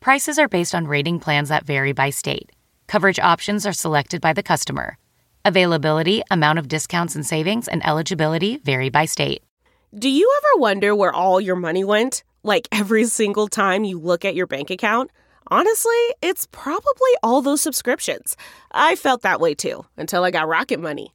Prices are based on rating plans that vary by state. Coverage options are selected by the customer. Availability, amount of discounts and savings, and eligibility vary by state. Do you ever wonder where all your money went? Like every single time you look at your bank account? Honestly, it's probably all those subscriptions. I felt that way too until I got Rocket Money.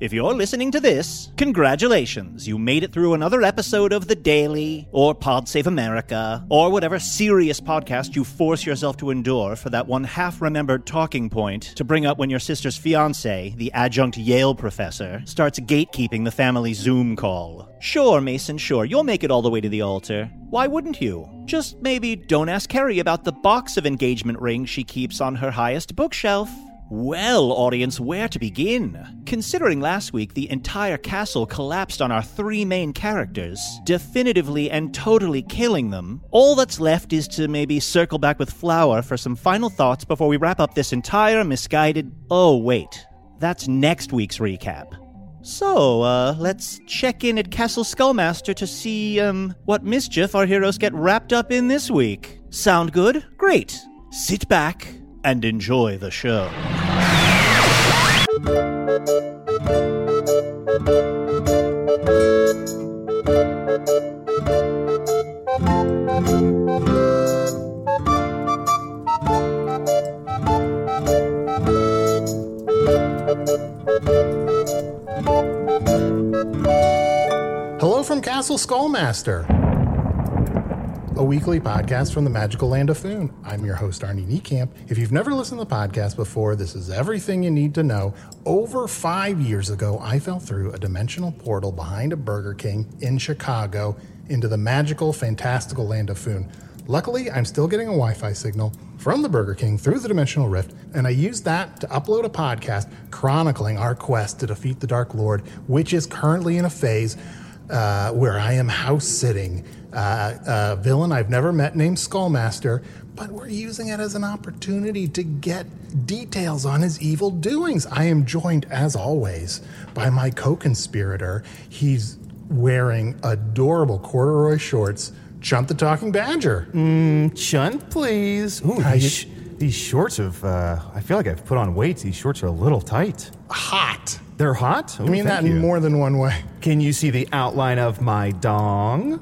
if you're listening to this, congratulations! You made it through another episode of The Daily, or Pod Save America, or whatever serious podcast you force yourself to endure for that one half remembered talking point to bring up when your sister's fiance, the adjunct Yale professor, starts gatekeeping the family Zoom call. Sure, Mason, sure, you'll make it all the way to the altar. Why wouldn't you? Just maybe don't ask Carrie about the box of engagement rings she keeps on her highest bookshelf. Well, audience, where to begin? Considering last week the entire castle collapsed on our three main characters, definitively and totally killing them, all that's left is to maybe circle back with Flower for some final thoughts before we wrap up this entire misguided. Oh, wait. That's next week's recap. So, uh, let's check in at Castle Skullmaster to see, um, what mischief our heroes get wrapped up in this week. Sound good? Great. Sit back and enjoy the show. Hello from Castle Skullmaster, a weekly podcast from the magical land of Foon. I'm your host, Arnie Niekamp. If you've never listened to the podcast before, this is everything you need to know. Over five years ago, I fell through a dimensional portal behind a Burger King in Chicago into the magical, fantastical land of Foon. Luckily, I'm still getting a Wi Fi signal from the Burger King through the Dimensional Rift, and I used that to upload a podcast chronicling our quest to defeat the Dark Lord, which is currently in a phase uh, where I am house sitting uh, a villain I've never met named Skullmaster, but we're using it as an opportunity to get details on his evil doings. I am joined, as always, by my co conspirator. He's wearing adorable corduroy shorts. Chump the Talking Badger. Chunt, please. Ooh, Hi, these, you- sh- these shorts have. Uh, I feel like I've put on weight. These shorts are a little tight. Hot. They're hot. Ooh, I mean thank that in you. more than one way. Can you see the outline of my dong?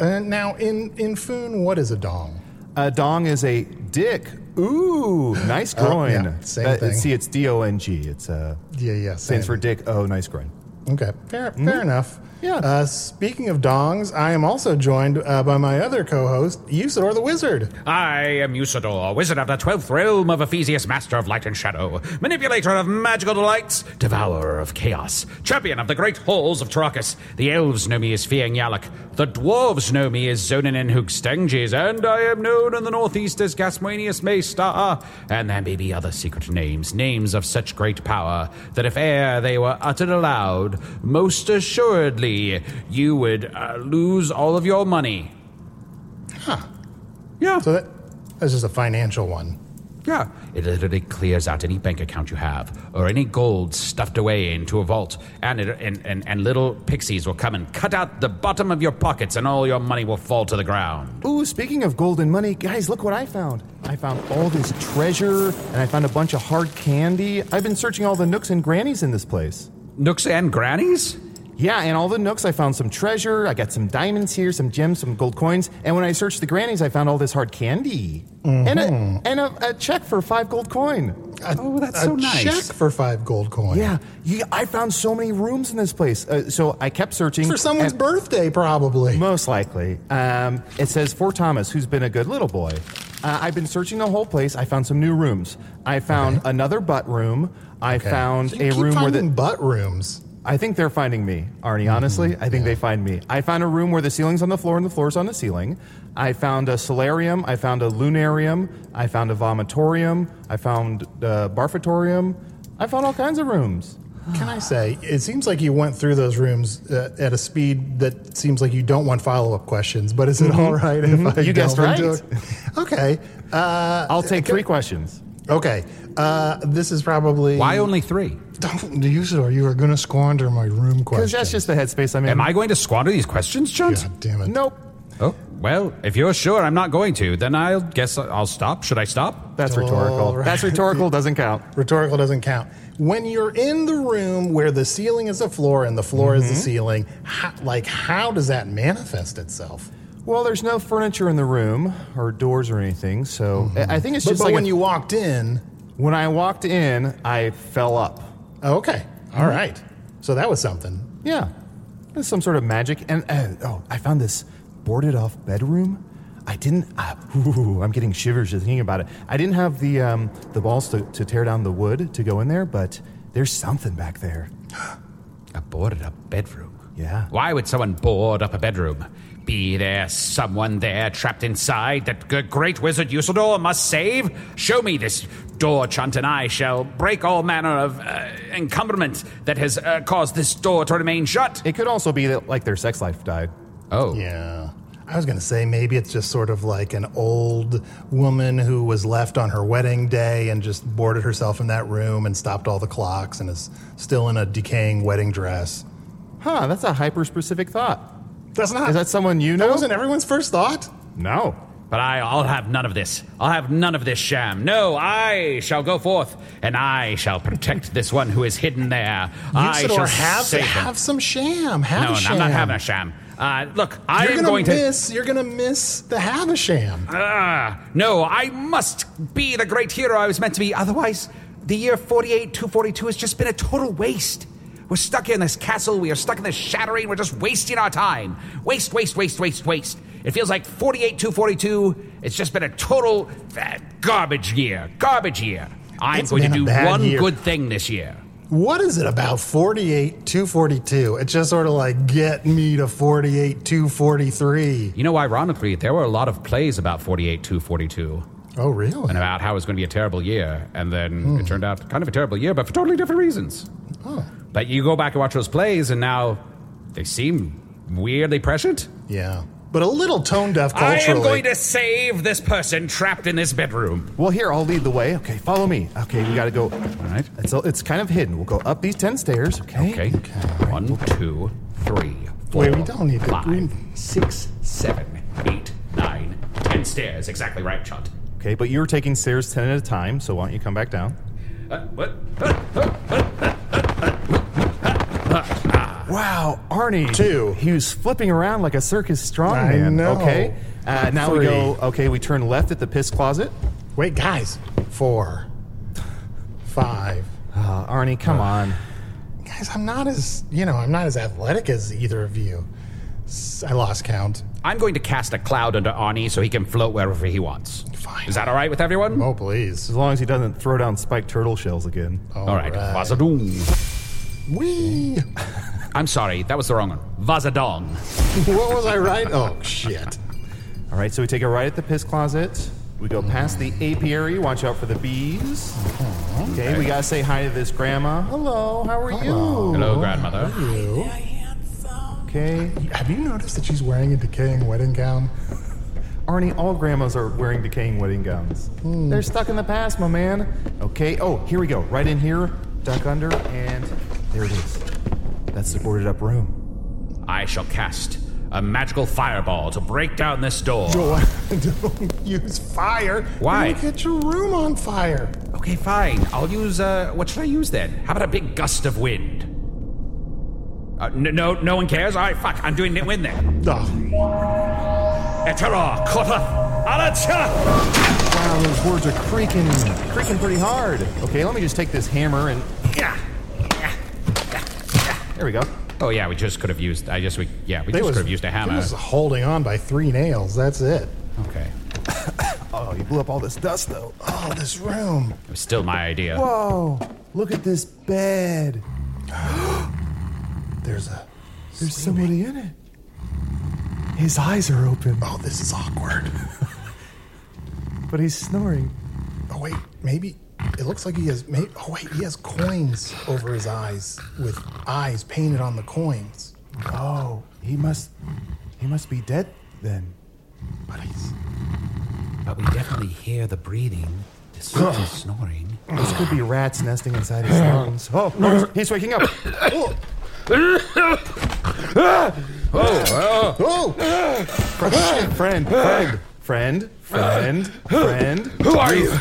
Uh, now, in, in Foon, what is a dong? A dong is a dick. Ooh, nice Oh, groin. yeah, same thing. See, it's D O N G. It's uh, Yeah, yeah. stands for same. dick. Oh, nice groin. Okay, fair, fair enough. Mm-hmm. Yeah. Uh, speaking of dongs, I am also joined uh, by my other co-host, Usador the Wizard. I am Usador, wizard of the twelfth realm of Ephesius, master of light and shadow, manipulator of magical delights, devourer of chaos, champion of the great halls of Tarakas. The elves know me as Fiang Yalak, the dwarves know me as Zonin and Hoogstanges, and I am known in the northeast as Gasmanius Maystar. And there may be other secret names, names of such great power that if e'er they were uttered aloud, most assuredly you would uh, lose all of your money. Huh. Yeah. So that that's just a financial one. Yeah, it literally clears out any bank account you have or any gold stuffed away into a vault, and, it, and, and, and little pixies will come and cut out the bottom of your pockets, and all your money will fall to the ground. Ooh, speaking of gold and money, guys, look what I found. I found all this treasure, and I found a bunch of hard candy. I've been searching all the nooks and grannies in this place. Nooks and grannies? Yeah, and all the nooks, I found some treasure. I got some diamonds here, some gems, some gold coins. And when I searched the grannies, I found all this hard candy and a and a, a check for five gold coin. Oh, Mm-hmm. that's Mm-hmm. a so nice. check for five gold coins. Yeah, yeah I found so many rooms in this place. Uh, so I kept searching For someone's and- birthday, probably. Most likely. Um, it says for Thomas, who's been a good little boy. Uh, I've been searching the whole place. I found some new rooms. I found another butt room. I found You a keep room where finding the. butt rooms. I think they're finding me, Arnie. Honestly, I think they find me. I found a room where the ceiling's on the floor and the floor's on the ceiling. I found a solarium. I found a lunarium. I found a vomitorium. I found a barfatorium. I found all kinds of rooms. Can I say, it seems like you went through those rooms uh, at a speed that seems like you don't want follow up questions, but is it all right if I Mm-hmm. You guessed delve into right. it? Okay. Uh, I'll take three questions. okay. Uh, this is probably. Why only three? Don't use it or you are going to squander my room question. Because that's just the headspace I'm in. Am I going to squander these questions, Jones? God damn it. Nope. Oh, well, if you're sure I'm not going to, then I'll guess I'll stop. Should I stop? That's All rhetorical. right. That's rhetorical. Doesn't count. Rhetorical doesn't count. When you're in the room where the ceiling is the floor and the floor is the Mm-hmm. ceiling, how, like how does that manifest itself? Well, there's no furniture in the room or doors or anything, so I I think it's Mm-hmm. But, just but like when a- you walked in, when I walked in, I fell up. oh, okay, all right. So that was something. Yeah, there's some sort of magic. And uh, oh, I found this boarded off bedroom. I didn't. Uh, ooh, I'm getting shivers just thinking about it. I didn't have the um, the balls to, to tear down the wood to go in there, but there's something back there. I boarded up bedroom. Yeah. Why would someone board up a bedroom? Be there someone there trapped inside that g- great wizard Usador must save? Show me this door chunt, and I shall break all manner of uh, encumberment that has uh, caused this door to remain shut. It could also be that like their sex life died. Oh, Yeah, I was gonna say maybe it's just sort of like an old woman who was left on her wedding day and just boarded herself in that room and stopped all the clocks and is still in a decaying wedding dress. Huh? That's a hyper specific thought. That's not. Is that someone you know? That wasn't everyone's first thought. no. Oh, But I, I'll have none of this. I'll have none of this sham. No, I shall go forth, and I shall protect this one who is hidden there. I Usador, shall have, save him. have some sham. Have no, a no, sham. I'm not having a sham. Uh, look, I You're am gonna going to. miss. You're gonna miss the have a sham. Ah, no, I must be the great hero I was meant to be. Otherwise, the year 48 242 has just been a total waste. We're stuck in this castle. We are stuck in this shattering. We're just wasting our time. Waste, waste, waste, waste, waste. It feels like 48 242. It's just been a total uh, garbage year. Garbage year. I'm It's going to been a do bad one year. good thing this year. What is it about 48 242? It's just sort of like get me to 48 243. You know, ironically, there were a lot of plays about 48 242. Oh, really? and about how it was going to be a terrible year, and then Hmm. it turned out kind of a terrible year, but for totally different reasons. Oh. But you go back and watch those plays, and now they seem weirdly prescient. Yeah, but a little tone deaf I culturally. am going to save this person trapped in this bedroom. Well, here I'll lead the way. Okay, follow me. Okay, we gotta go. All right. It's it's kind of hidden. We'll go up these ten stairs. Okay. Okay, one, two, three, four, Wait, we don't need to- five, six, seven, eight, nine, ten stairs. Exactly right, Chunt. Okay, but you're taking stairs ten at a time. So why don't you come back down? Uh, what? uh, Wow, Arnie. Two. He was flipping around like a circus I strongman. know. Okay. Uh, now we Three. go. Okay, we turn left at the piss closet. Wait, guys. Four, five. Uh, Arnie, come on. Guys, I'm not as, you know, I'm not as athletic as either of you. S- I lost count. I'm going to cast a cloud under Arnie so he can float wherever he wants. Fine. Is that all right with everyone? Oh, please. As long as he doesn't throw down spiked turtle shells again. all right. Vazadoom. Wee. I'm sorry, that was the wrong one. Vazadong. what was I right? Oh, shit. All right, so we take a right at the piss closet. We go past the apiary. Watch out for the bees. Okay, we gotta say hi to this grandma. Hello, how are you? Hello, grandmother. You. Okay. Have you noticed that she's wearing a decaying wedding gown? Arnie, all grandmas are wearing decaying wedding gowns. They're stuck in the past, my man. Okay, oh, here we go. Right in here, duck under, and there it is. That's the boarded up room. I shall cast a magical fireball to break down this door. Joel, don't use fire. Why? You'll get your room on fire. Okay, fine. I'll use, uh, what should I use then? How about a big gust of wind? Uh, n- no, no one cares? All right, fuck. I'm doing it wind then. Ugh. Ah. Etera, Kota, Alacha! Wow, those words are creaking, creaking pretty hard. Okay, let me just take this hammer and. Yeah. Yeah. There we go. Oh, yeah, we just could have used, I just, we, yeah, we It just was- could have used a hammer. It was holding on by three nails. That's it. Okay. Oh, you blew up all this dust, though. Oh, this room. It was still my idea. Oh, look at this bed. There's a. There's somebody in it. His eyes are open, Oh, this is awkward. but he's snoring. Oh wait, maybe it looks like he has. Maybe, oh wait, he has coins over his eyes with eyes painted on the coins. Oh, he must. He must be dead then. But he's But we definitely hear the breathing, the certain snoring. This could be rats nesting inside his lungs. Oh, no, he's waking up. Oh, oh, friend, friend, friend, friend, friend, friend. Who are you?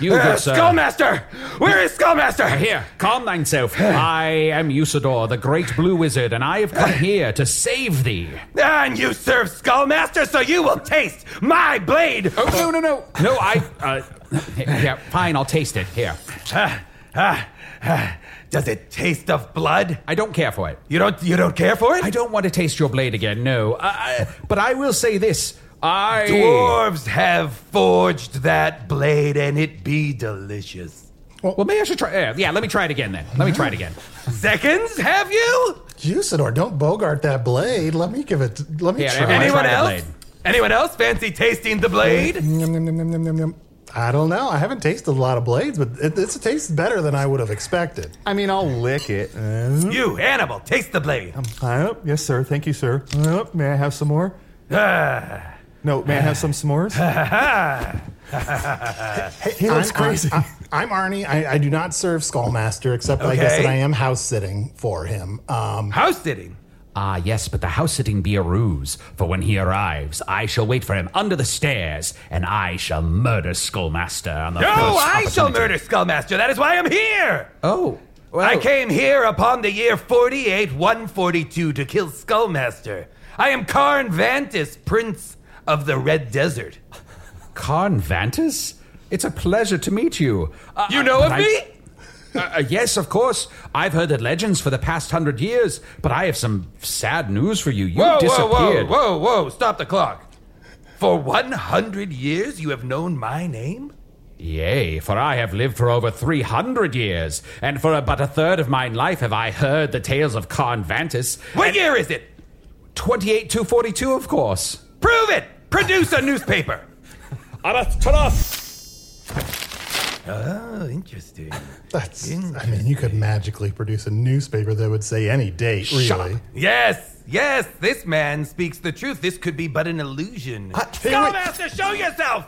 You good Uh, sir. Skullmaster! Where is Skullmaster? Here, calm thyself. I am Usador, the great blue wizard, and I have come here to save thee. And you serve Skullmaster, so you will taste my blade! Oh, no, no, no. No, I. Uh, yeah, fine, I'll taste it. Here. Ah, ah, ah. Does it taste of blood? I don't care for it. You don't you don't care for it? I don't want to taste your blade again, no. I, I- but I will say this. I. Dwarves have forged that blade and it be delicious. Well, maybe I should try. Yeah, yeah, let me try it again then. Let me try it again. Seconds, have you? Usador, don't bogart that blade. Let me give it. Let me Yeah, try. everyone- Anyone tried the else? blade. Anyone else fancy tasting the blade? Yum, yum, yum, yum, yum, yum, yum. I don't know. I haven't tasted a lot of blades, but it, it's, it tastes better than I would have expected. I mean, I'll lick it. You animal, taste the blade. Uh, yes, sir. Thank you, sir. Uh, may I have some more? Ah, No, may I have some s'mores? he looks I'm, Ar- crazy. I, I'm Arnie. I, I do not serve Skullmaster, except I guess Okay. that I am house sitting for him. Um, house sitting. Ah, yes, but the house sitting be a ruse, for when he arrives, I shall wait for him under the stairs, and I shall murder Skullmaster on the No, first I shall opportunity. murder Skullmaster. That is why I'm here. Oh, well, I came here upon the year 48 142 to kill Skullmaster. I am Karn Vantis, Prince of the Red Desert. Carn Vantis? It's a pleasure to meet you. Uh, You know but of I- me? Uh, uh, yes, of course. I've heard the legends for the past hundred years, but I have some sad news for you. You Whoa, whoa, whoa, disappeared. whoa, whoa, stop the clock. For 100 years, you have known my name? Yea, for I have lived for over three hundred years, and for about a third of my life have I heard the tales of Carn Vantis. What year is it? Twenty-eight two forty-two, of course. Prove it! Produce a newspaper! Alas, talas! Oh, interesting. That's. I mean, you could magically produce a newspaper that would say any date, really. Yes, yes, this man speaks the truth. This could be but an illusion. hey, wait. Skullmaster, show yourself!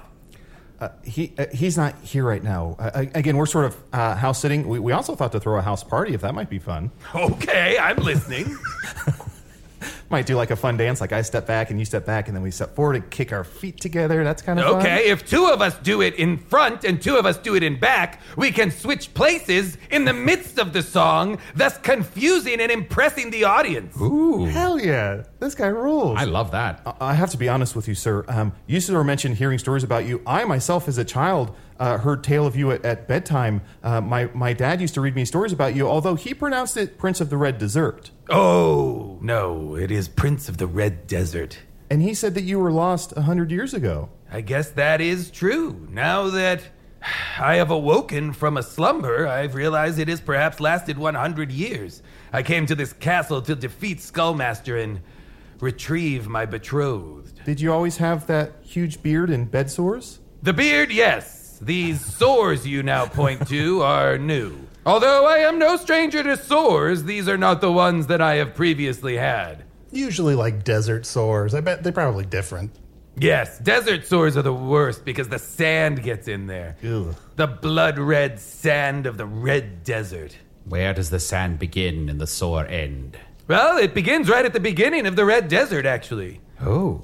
he uh, he's not here right now. Uh, I- again, we're sort of uh, house sitting. We, we also thought to throw a house party if that might be fun. Okay, I'm listening. Might do like a fun dance, like I step back and you step back, and then we step forward and kick our feet together. That's kind of fun. Okay, if two of us do it in front and two of us do it in back, we can switch places in the midst of the song, thus confusing and impressing the audience. Ooh, Hell yeah, this guy rules. I love that. I have to be honest with you, sir. Um, you sort of mentioned hearing stories about you. I myself, as a child, uh, heard tale of you at, at bedtime. Uh, my my dad used to read me stories about you, although he pronounced it Prince of the Red Desert, Oh, no, it is Prince of the Red Desert. and he said that you were lost a hundred years ago. I guess that is true. Now that I have awoken from a slumber, I've realized it has perhaps lasted 100 years. I came to this castle to defeat Skullmaster and retrieve my betrothed. Did you always have that huge beard and bed sores? The beard, yes. These sores you now point to are new. Although I am no stranger to sores, these are not the ones that I have previously had. Usually, like desert sores. I bet they're probably different. Yes, desert sores are the worst because the sand gets in there. The blood red sand of the red desert. Where does the sand begin and the sore end? Well, it begins right at the beginning of the red desert, actually. Oh.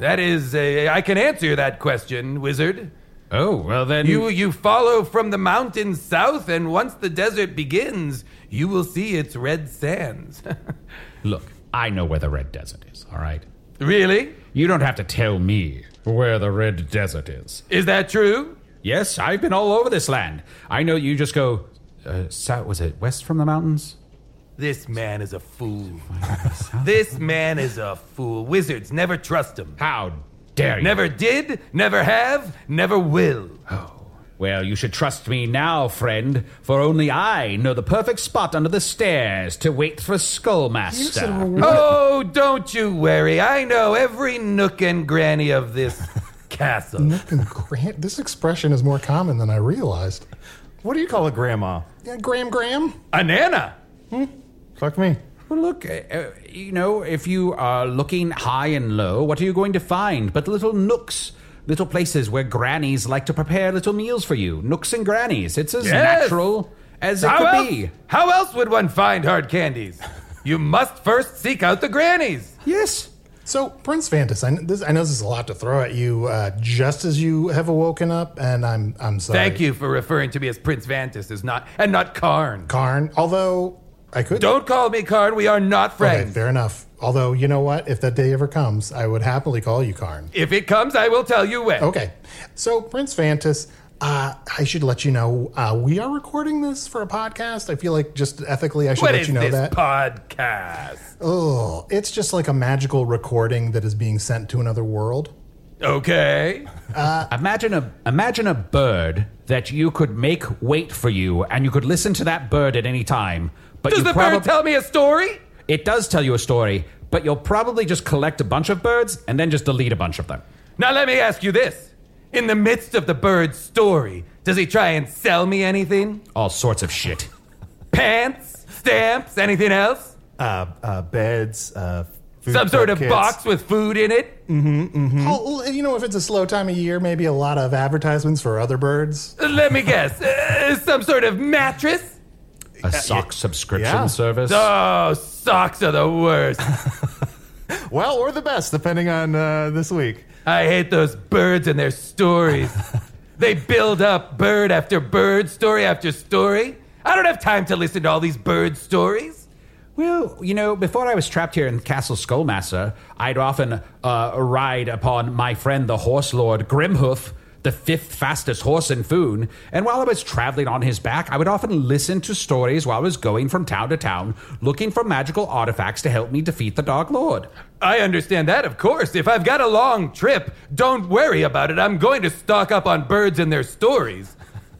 That is, a, I can answer that question, wizard. Oh, well then. You you follow from the mountains south, and once the desert begins, you will see its red sands. Look, I know where the red desert is, all right? really? You don't have to tell me where the red desert is. Is that true? Yes, I've been all over this land. I know you just go, uh, south, was it west from the mountains? This man is a fool. this man is a fool. Wizards never trust him. How dare you? Never did, never have, never will. Well, you should trust me now, friend, for only I know the perfect spot under the stairs to wait for Skullmaster. Oh, don't you worry. I know every nook and granny of this castle. And Grant, this expression is more common than I realized. What do you call a grandma? Yeah, Graham, Graham. Anana. Fuck me. Well, look, uh, uh, you know, if you are looking high and low, what are you going to find but little nooks? Little places where grannies like to prepare little meals for you. Nooks and grannies. It's as Yes. natural as it How could else, be. how else would one find hard candies? You must first seek out the grannies. Yes. So, Prince Fantas, I, kn- this, I know this is a lot to throw at you uh, just as you have awoken up, and I'm I'm sorry. Thank you for referring to me as Prince Vantis is not and not Karn. Karn. Although I could Don't call me Karn. We are not Okay, friends. fair enough. Although you know what, if that day ever comes, I would happily call you Karn. If it comes, I will tell you when. Okay, so Prince Fantas, uh, I should let you know uh, we are recording this for a podcast. I feel like just ethically, I should What let is you know this that. podcast? oh, it's just like a magical recording that is being sent to another world. Okay. Uh, Imagine a imagine a bird that you could make wait for you, and you could listen to that bird at any time. But Does you the probab- bird tell me a story? It does tell you a story, but you'll probably just collect a bunch of birds and then just delete a bunch of them. Now let me ask you this. In the midst of the bird's story, does he try and sell me anything? All sorts of shit. Pants? Stamps? Anything else? Uh, uh, beds, uh, food Some sort prep of kits. box with food in it? Mm-hmm, Oh, you know, if it's a slow time of year, maybe a lot of advertisements for other birds. Let me guess. Uh, some sort of mattress? A sock subscription yeah. service. Oh, socks are the worst. Well, or the best, depending on uh, this week. I hate those birds and their stories. they build up bird after bird, story after story. I don't have time to listen to all these bird stories. Well, you know, before I was trapped here in Castle Skullmaster, I'd often uh, ride upon my friend the horse lord Grimhoof, the fifth fastest horse in Foon, and while I was traveling on his back, I would often listen to stories while I was going from town to town looking for magical artifacts to help me defeat the Dark Lord. I understand that, of course. If I've got a long trip, don't worry about it. I'm going to stock up on birds and their stories.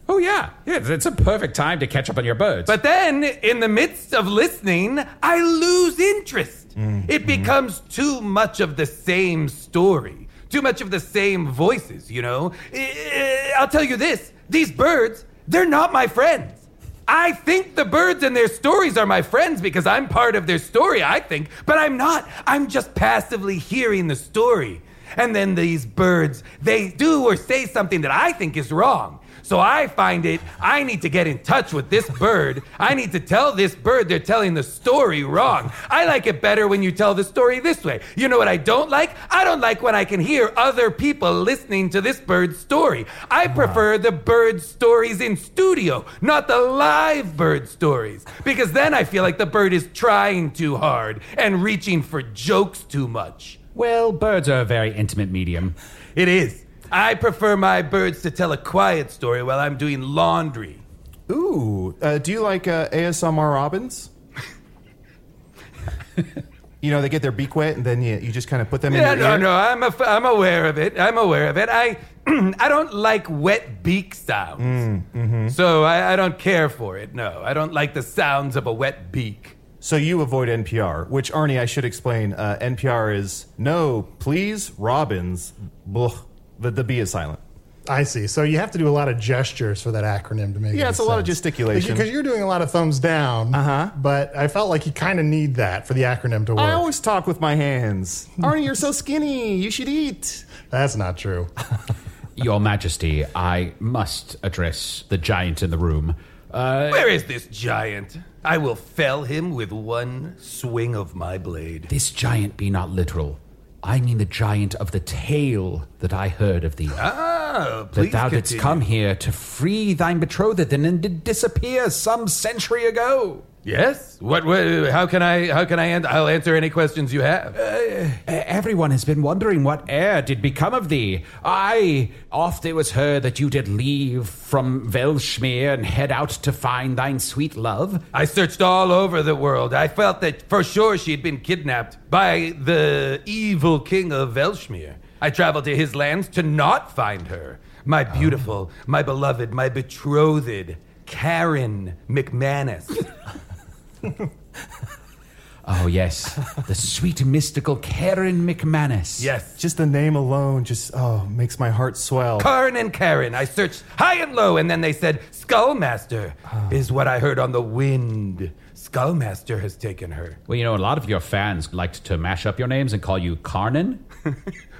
Oh, yeah. yeah it's- it's a perfect time to catch up on your birds. But then, in the midst of listening, I lose interest. Mm-hmm. It becomes too much of the same story, too much of the same voices, you know? I- I'll tell you this these birds, they're not my friends. I think the birds and their stories are my friends because I'm part of their story, I think, but I'm not. I'm just passively hearing the story. And then these birds, they do or say something that I think is wrong. So I find it, I need to get in touch with this bird. I need to tell this bird they're telling the story wrong. I like it better when you tell the story this way. You know what I don't like? I don't like when I can hear other people listening to this bird's story. I prefer the bird stories in studio, not the live bird stories, because then I feel like the bird is trying too hard and reaching for jokes too much. well, birds are a very intimate medium. It is. I prefer my birds to tell a quiet story while I'm doing laundry. Ooh, uh, do you like uh, ASMR robins? you know, they get their beak wet, and then you, you just kind of put them Yeah, in your no, ear. no, I'm, af- I'm aware of it. I'm aware of it. I, I don't like wet beak sounds. Mm, mm-hmm. So I, I don't care for it. No, I don't like the sounds of a wet beak. So you avoid NPR, which Arnie, I should explain. Uh, NPR is no, please, robins. Blah, the, the B is silent. I see. So you have to do a lot of gestures for that acronym to make. Yeah, any it's a lot of sense. gesticulation. Uh-huh. because you're doing a lot of thumbs down. Uh huh. But I felt like you kind of need that for the acronym to work. I always talk with my hands. Arnie, you're so skinny. You should eat. That's not true. Your Majesty, I must address the giant in the room. Uh, Where is this giant? I will fell him with one swing of my blade. this giant be not literal. I mean the giant of the tale that I heard of thee. Ah, that please thou didst continue. come here to free thine betrothed and then did disappear some century ago. Yes. What, what? How can I? How can I? An- I'll answer any questions you have. E- Everyone has been wondering what air did become of thee. Ay, oft it was heard that you did leave from Velschmere and head out to find thine sweet love. I searched all over the world. I felt that for sure she had been kidnapped by the evil king of Velshmir. I traveled to his lands to not find her. My beautiful, my beloved, my betrothed, Karen McManus. Oh, yes, the sweet mystical Karen McManus. yes. Just the name alone just oh makes my heart swell. Karn and Karen. I searched high and low, and then they said, Skullmaster is what I heard on the wind. Skullmaster has taken her. Well, you know, a lot of your fans liked to mash up your names and call you Carnan.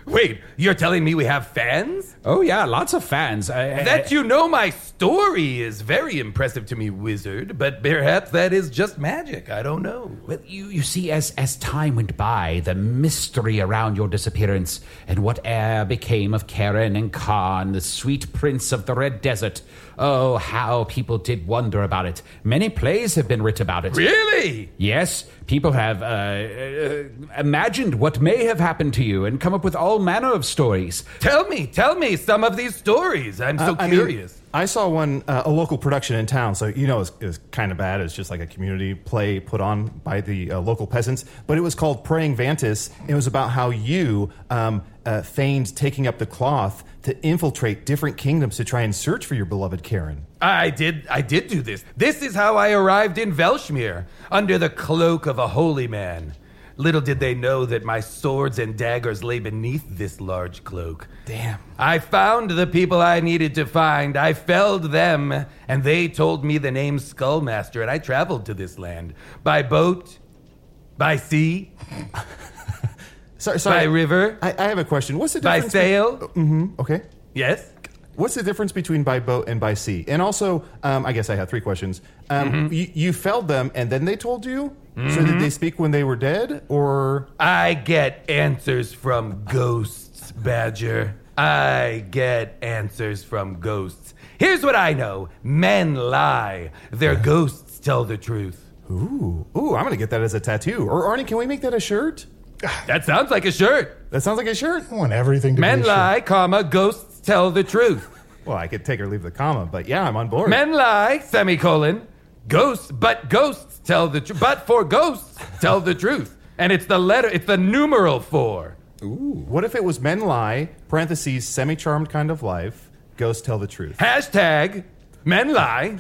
Wait, you're telling me we have fans? Oh, yeah, lots of fans. That you know my story is very impressive to me, wizard, but perhaps that is just magic. I don't know. Well, you, you see, as, as time went by, the mystery around your disappearance and what air became of Karen and Khan, the sweet prince of the Red Desert. Oh, how people did wonder about it. Many plays have been written about it. Really? Yes, people have uh, uh, imagined what may have happened to you and come up with all manner of stories. Tell me, tell me some of these stories. I'm so I mean, curious. I saw one uh, a local production in town, so you know it was, it was kind of bad. It's just like a community play put on by the uh, local peasants, but it was called Praying Vantis. It was about how you um, uh, feigned taking up the cloth to infiltrate different kingdoms to try and search for your beloved Karen. I did I did do this. This is how I arrived in Velshmir, under the cloak of a holy man. Little did they know that my swords and daggers lay beneath this large cloak. Damn. I found the people I needed to find. I felled them, and they told me the name Skullmaster, and I traveled to this land by boat, by sea, Sorry, by sorry. river, I, I have a question. What's the by difference? sail. Mm-hmm. be- Mm-hmm. okay. Yes? What's the difference between by boat and by sea? And also, um, I guess I had three questions. Um, Mm-hmm. you, you felled them, and then they told you. So did they speak when they were dead, or I get answers from ghosts, Badger. I get answers from ghosts. Here's what I know men lie, their ghosts tell the truth. Uh-huh. Ooh, ooh, I'm gonna get that as a tattoo. Or Arnie, can we make that a shirt? That sounds like a shirt. That sounds like a shirt. I want everything to Men be a shirt. lie, comma, ghosts tell the truth. Well, I could take or leave the comma, but yeah, I'm on board. Men lie, semicolon, ghosts, but ghosts tell the truth. But for ghosts, tell the truth. And it's the letter, it's the numeral four. what if it was men lie, parentheses, semi-charmed kind of life, ghosts tell the truth? Hashtag men lie.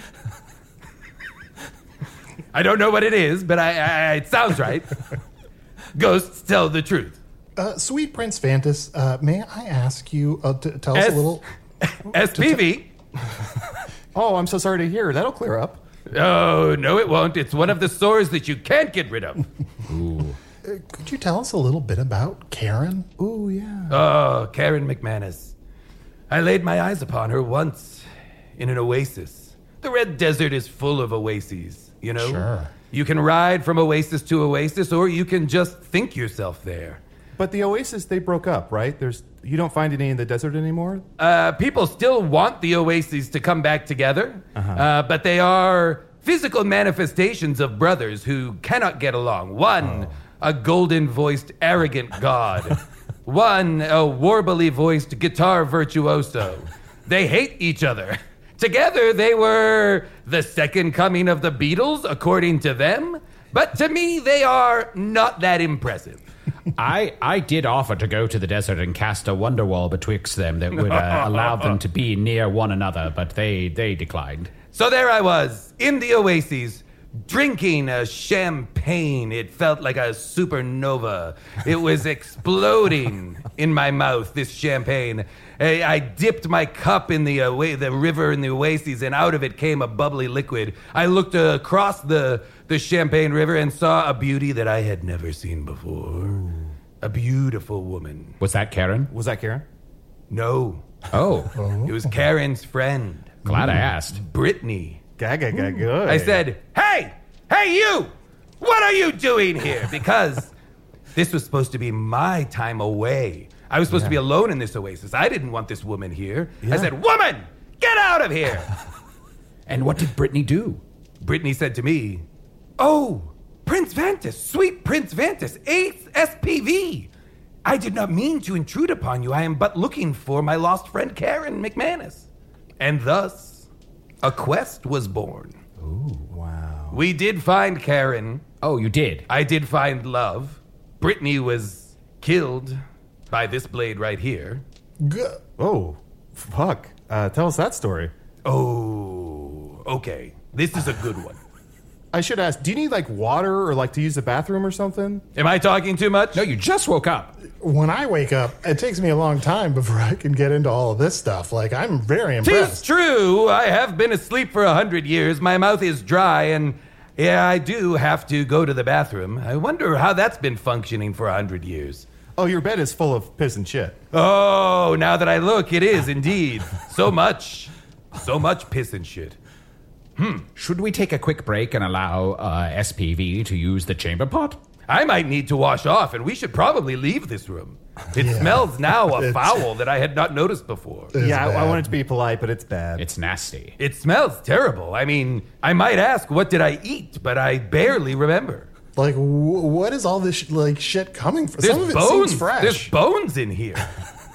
I don't know what it is, but I, I it sounds right. Ghosts tell the truth. Uh, sweet Prince Fantas, uh, may I ask you uh, to tell us S- a little? SPV. Oh, I'm so sorry to hear. That'll clear up. Oh, no, it won't. It's one of the sores that you can't get rid of. Could you tell us a little bit about Karen? Ooh, yeah. Oh, Karen McManus. I laid my eyes upon her once in an oasis. The Red Desert is full of oases, you know? Sure. You can ride from oasis to oasis, or you can just think yourself there. But the Oasis, they broke up, right? There's you don't find any in the desert anymore. Uh, people still want the oases to come back together, uh, but they are physical manifestations of brothers who cannot get along. One, a golden voiced, arrogant god. One, a warbly voiced guitar virtuoso. They hate each other. Together, they were the second coming of the Beatles, according to them, but to me, they are not that impressive. I, I did offer to go to the desert and cast a wonder wall betwixt them that would uh, allow them to be near one another, but they, they declined. So there I was, in the oases, drinking a champagne. It felt like a supernova. It was exploding in my mouth, this champagne. I, I dipped my cup in the, oa- the river in the oasis, and out of it came a bubbly liquid. I looked across the, the Champagne River and saw a beauty that I had never seen before. A beautiful woman. Was that Karen? Was that Karen? No, Oh, it was Karen's friend, glad I asked. Hmm. Hmm. Brittany. Gaga, gaga, good. I said, Hey, hey, you! What are you doing here? Because this was supposed to be my time away. I was supposed to be alone in this oasis. I didn't want this woman here. I said, Woman, get out of here! And what did Brittany do? Brittany said to me, Oh, Prince Vantis, sweet Prince Vantis, 8th SPV. I did not mean to intrude upon you. I am but looking for my lost friend Karen McManus. And thus, a quest was born. wow. We did find Karen. Oh, you did. I did find love. Brittany was killed by this blade right here. G- Oh, fuck. Uh, tell us that story. Oh, okay. This is a good one. I should ask, do you need like water or like to use the bathroom or something? Am I talking too much? No, you just woke up. When I wake up, it takes me a long time before I can get into all of this stuff. Like, I'm very Tis impressed. true. I have been asleep for a hundred years. My mouth is dry, and yeah, I do have to go to the bathroom. I wonder how that's been functioning for a hundred years. Oh, your bed is full of piss and shit. Oh, now that I look, it is indeed so much, so much piss and shit. Hmm. Should we take a quick break and allow uh, SPV to use the chamber pot? I might need to wash off, and we should probably leave this room. It smells now a foul that I had not noticed before. yeah, I, I bad. wanted to be polite, but it's bad. It's nasty. It smells terrible. I mean, I might ask, what did I eat? But I barely remember. Like, w- what is all this sh- like shit coming from? There's Some of it bones. seems fresh. There's bones in here.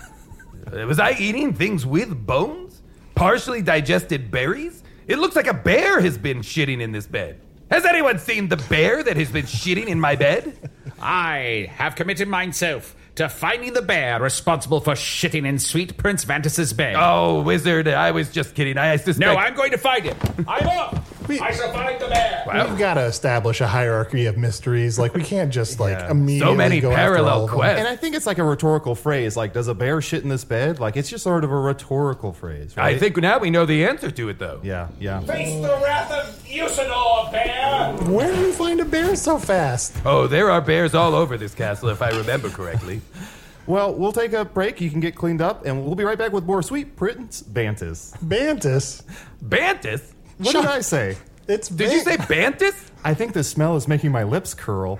Uh, Was I eating things with bones? Partially digested berries? It looks like a bear has been shitting in this bed. Has anyone seen the bear that has been shitting in my bed? I have committed myself to finding the bear responsible for shitting in sweet Prince Vantis's bed. Oh, wizard, I was just kidding. I suspect. no, I'm going to find him. I'm up. I shall find the bear. We've got to establish a hierarchy of mysteries. Like, we can't just like immediately So many go after all parallel of them. quests. and I think it's like a rhetorical phrase. Like, does a bear shit in this bed? Like, it's just sort of a rhetorical phrase. Right? I think now we know the answer to it, though. Yeah, yeah. Face the wrath of Usador, bear. Where do you find a bear so fast? Oh, there are bears all over this castle, if I remember correctly. Well, we'll take a break. You can get cleaned up, and we'll be right back with more sweet Prince Bantus. Bantus. Bantus? What Shut- did I say? It's Did you say Bantus? I think the smell is making my lips curl.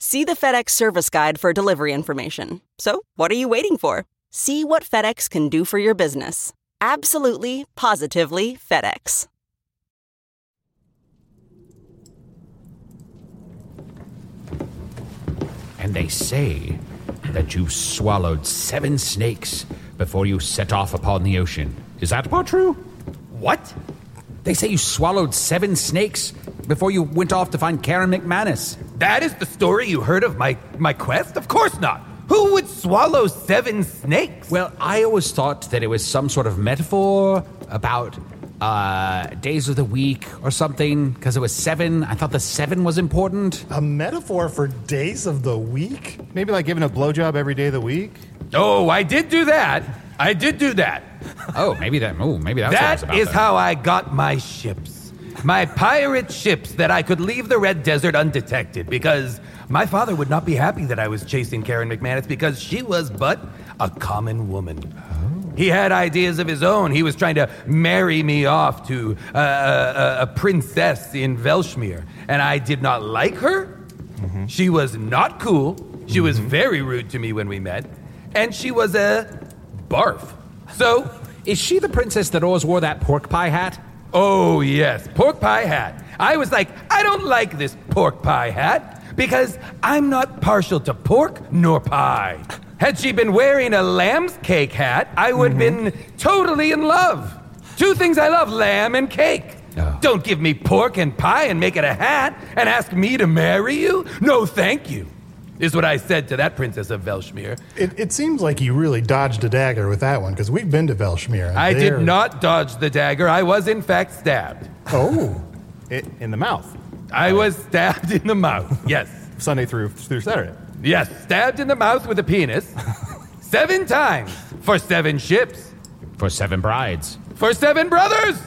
See the FedEx service guide for delivery information. So, what are you waiting for? See what FedEx can do for your business. Absolutely, positively FedEx. And they say that you swallowed seven snakes before you set off upon the ocean. Is that part true? What? They say you swallowed seven snakes before you went off to find Karen McManus. That is the story you heard of my, my quest? Of course not. Who would swallow seven snakes? Well, I always thought that it was some sort of metaphor about uh, days of the week or something, because it was seven. I thought the seven was important. a metaphor for days of the week? Maybe like giving a blowjob every day of the week. Oh, I did do that. I did do that. Oh, maybe that. Oh, maybe that's what it was That about. is then. how I got my ships. My pirate ships that I could leave the Red Desert undetected because My father would not be happy that I was chasing Karen McManus because she was but a common woman. He had ideas of his own. He was trying to marry me off to uh, a, a princess in Velshmere, and I did not like her. Mm-hmm. She was not cool. She was very rude to me when we met, and she was a barf. So, is she the princess that always wore that pork pie hat? Oh yes, pork pie hat. I was like, I don't like this pork pie hat because I'm not partial to pork nor pie. Had she been wearing a lamb's cake hat, I would have been totally in love. Two things I love lamb and cake. Don't give me pork and pie and make it a hat and ask me to marry you? No, thank you, is what I said to that princess of Velshmere. It, it seems like you really dodged a dagger with that one because we've been to Velshmir. I did not dodge the dagger. I was, in fact, stabbed. Oh. in the mouth. I was stabbed in the mouth, yes. Sunday through, through Saturday. Yes, stabbed in the mouth with a penis seven times for seven ships, for seven brides, for seven brothers.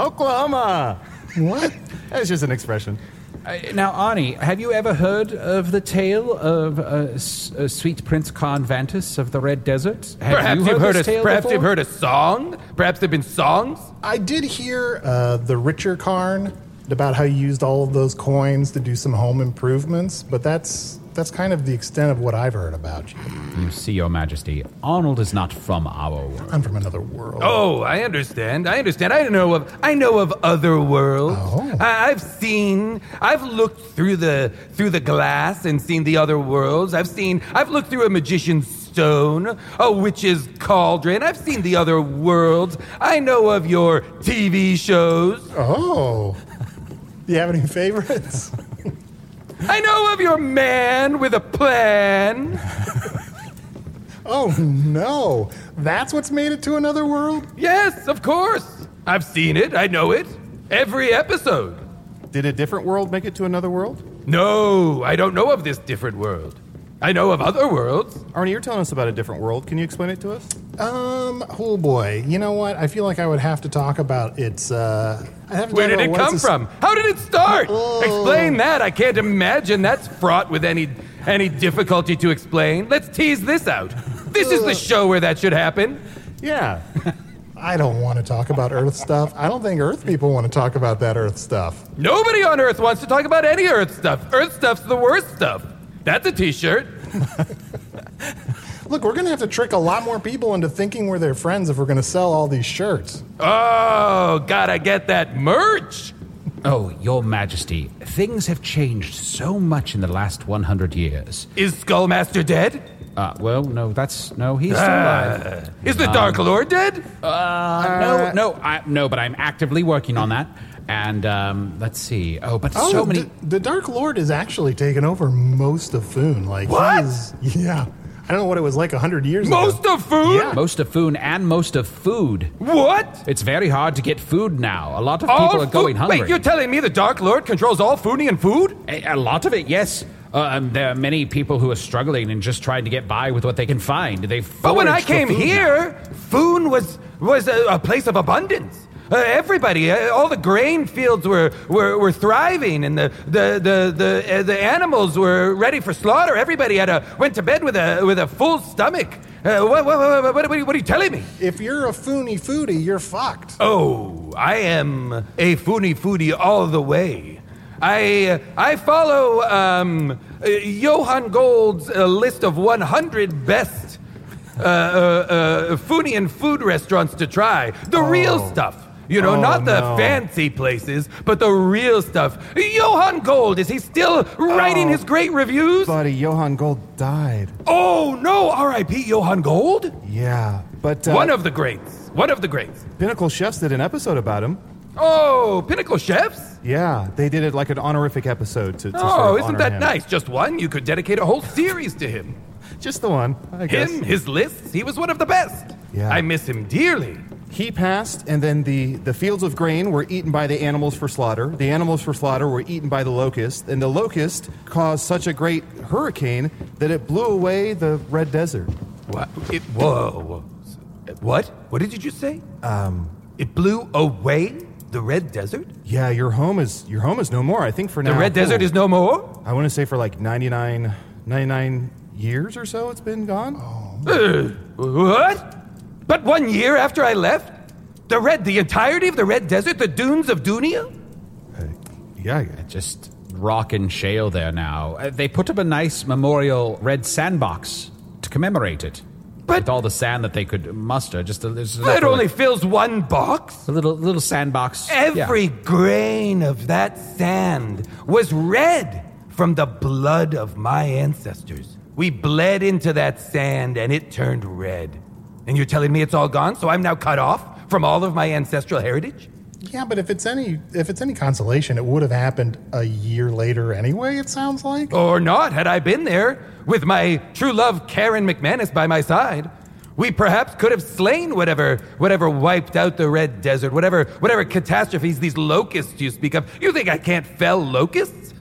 Oklahoma. What? That's just an expression. Uh, Now, Arnie, have you ever heard of the tale of uh, S- uh, Sweet Prince Khan Vantis of the Red Desert? Have perhaps you you've heard this a, tale perhaps before? you've heard a song. Perhaps there've been songs. I did hear uh, the richer Karn about how you used all of those coins to do some home improvements, but that's that's kind of the extent of what I've heard about you. You see, Your Majesty, Arnold is not from our world. Hmm. I'm from another world. Oh, I understand. I understand. I know of I know of other worlds. Oh. I, I've seen. I've looked through the through the glass and seen the other worlds. I've seen. I've looked through a magician's stone, a witch's cauldron. I've seen the other worlds. I know of your TV shows. Oh. Do you have any favorites? I know of your man with a plan. oh no. That's what's made it to another world? Yes, of course. I've seen it. I know it. Every episode. Did a different world make it to another world? No, I don't know of this different world. I know of other worlds. Arnie, you're telling us about a different world. Can you explain it to us? Um, oh boy. You know what? I feel like I would have to talk about its uh I'd have to Where talk did about it what come its- from? How did it start? Explain that. I can't imagine that's fraught with any any difficulty to explain. Let's tease this out. This is the show where that should happen. Yeah. I don't want to talk about Earth stuff. I don't think Earth people want to talk about that Earth stuff. Nobody on Earth wants to talk about any Earth stuff. Earth stuff's the worst stuff. That's a t-shirt. Look, we're going to have to trick a lot more people into thinking we're their friends if we're going to sell all these shirts. Oh, gotta get that merch. Oh, Your Majesty, things have changed so much in the last 100 years. Is Skullmaster dead? Uh, well, no, that's. No, he's still Ah. alive. Um, Is the Dark Lord dead? Uh, no, no, I, no, but I'm actively working on that. And um, let's see. Oh, but Oh, so many. The, the Dark Lord is actually taken over most of Foon. Like, what? yeah. I don't know what it was like 100 years ago. of food? Yeah. Most of food and most of food. What? It's very hard to get food now. A lot of All people are food- going hungry. Wait, you're telling me the Dark Lord controls all Funian food? A, a lot of it, yes. Uh, um, there are many people who are struggling and just trying to get by with what they can find. They But when I came here, Foon was was a, a place of abundance. Uh, everybody, uh, all the grain fields were were, were thriving, and the the the the, uh, the animals were ready for slaughter. Everybody had a went to bed with a with a full stomach. Uh, what, what, what, what, what are you- what are you telling me? If you're a Foony foodie, you're fucked. Oh, I am a Funi Foodie all the way. I I follow um, uh, Johan Gold's uh, list of 100 best uh, uh, uh, Funi and food restaurants to try. The real stuff. You know, Oh, not the no. fancy places, but the real stuff. Johan Gold, is he still writing Oh. his great reviews? Buddy, Johan Gold died. Oh, no, R.I.P. Johan Gold? Yeah. But uh, One of the greats. One of the greats. Pinnacle Chefs did an episode about him. Oh, Pinnacle Chefs? Yeah, they did it like an honorific episode to. to Oh, sort of isn't honor that him. nice? Just one? You could dedicate a whole series to him. Just the one, I guess. Him, his lists, he was one of the best. Yeah. I miss him dearly. He passed, and then the, the fields of grain were eaten by the animals for slaughter. The animals for slaughter were eaten by the locust, and the locust caused such a great hurricane that it blew away the red desert. What? It, whoa. What? What did you just say? Um, it blew away The Red Desert? Yeah, your home is your home is no more. I think for The now. Red Desert is no more. I want to say for like 99, 99 years or so, it's been gone. Uh, what? But one year after I left? The Red, the entirety of the Red Desert, the dunes of Dunia? Yeah, just rock and shale there now. Uh, they put up a nice memorial red sandbox to commemorate it. But with all the sand that they could muster, just a, just enough That for, only like, fills one box. A little little sandbox. Every Yeah. grain of that sand was red from the blood of my ancestors. We bled into that sand and it turned red. And you're telling me it's all gone, so I'm now cut off from all of my ancestral heritage? Yeah, but if it's any if it's any consolation, it would have happened a year later anyway. It sounds like. Or not, had I been there with my true love Karen McManus by my side. We perhaps could have slain whatever whatever wiped out the red desert, whatever whatever catastrophes these locusts you speak of. You think I can't fell locusts?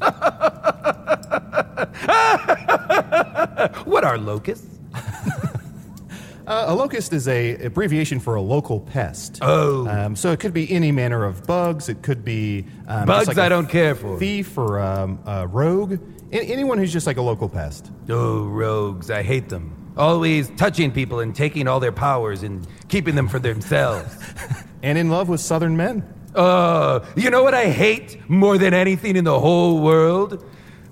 what are locusts? Uh, a locust is a abbreviation for a local pest. Oh. Um, so it could be any manner of bugs. It could be um, Bugs I I don't care for. Thief or um, a rogue. A- anyone who's just like a local pest. Oh, rogues, I hate them. Always touching people and taking all their powers and keeping them for themselves. and in love with southern men. Uh, you know what I hate more than anything in the whole world?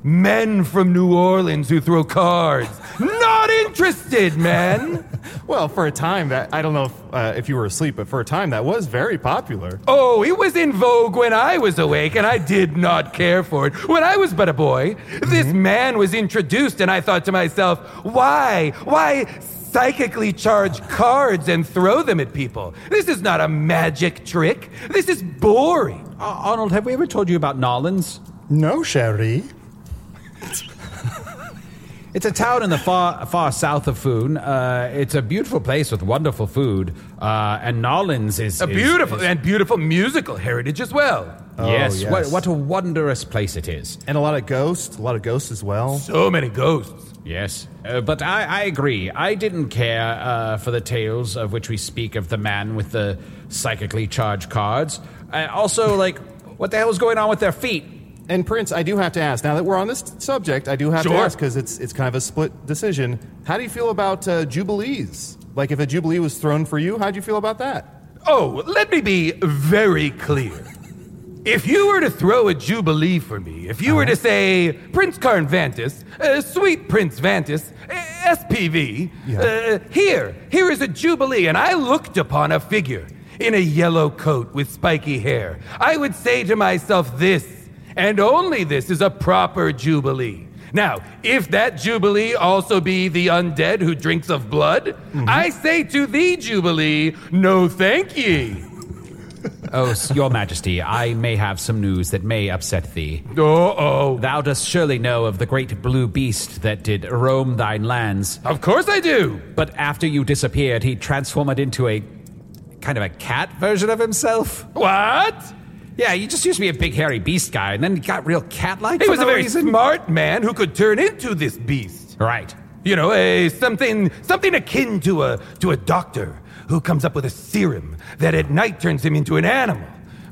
Men from New Orleans who throw cards. Not interested, man. well, for a time that I don't know if, uh, if you were asleep, but for a time that was very popular. Oh, it was in vogue when I was awake, and I did not care for it. When I was but a boy, this Mm-hmm. man was introduced, and I thought to myself, why? Why psychically charge cards and throw them at people? This is not a magic trick. This is boring. Arnold, have we ever told you about Narlands? No, Sherry. It's a town in the far far south of Foon. Uh, it's a beautiful place with wonderful food, uh, and Narlands is A is- beautiful is- and beautiful musical heritage as well. yes, What, what a wondrous place it is. Oh, And a lot of ghosts, a lot of ghosts as well. So many ghosts. Yes, uh, but I, I agree. I didn't care uh, for the tales of which we speak of the man with the psychically charged cards. Uh, also, like, what the hell is going on with their feet? And Prince, I do have to ask. Now that we're on this subject, I do have to Sure. ask because it's it's kind of a split decision. How do you feel about uh, jubilees? Like if a jubilee was thrown for you, how'd you feel about that? Oh, let me be very clear. If you were to throw a jubilee for me, if you were to say Prince Karn Vantis, uh, sweet Prince Vantis, uh, SPV, uh, here, here is a jubilee, and I looked upon a figure in a yellow coat with spiky hair, I would say to myself, this and only this is a proper jubilee. Now, if that jubilee also be the undead who drinks of blood, I say to thee, jubilee, no thank ye. Oh, s- your majesty, I may have some news that may upset thee. Uh-oh. Thou dost surely know of the great blue beast that did roam thine lands. Of course I do. But after you disappeared, he transformed into a kind of a cat version of himself. What? Yeah, he just used to be a big hairy beast guy, and then he got real cat-like. He for was a no very reason. smart man who could turn into this beast. Right. You know, a, something something akin to a to a doctor who comes up with a serum that at night turns him into an animal.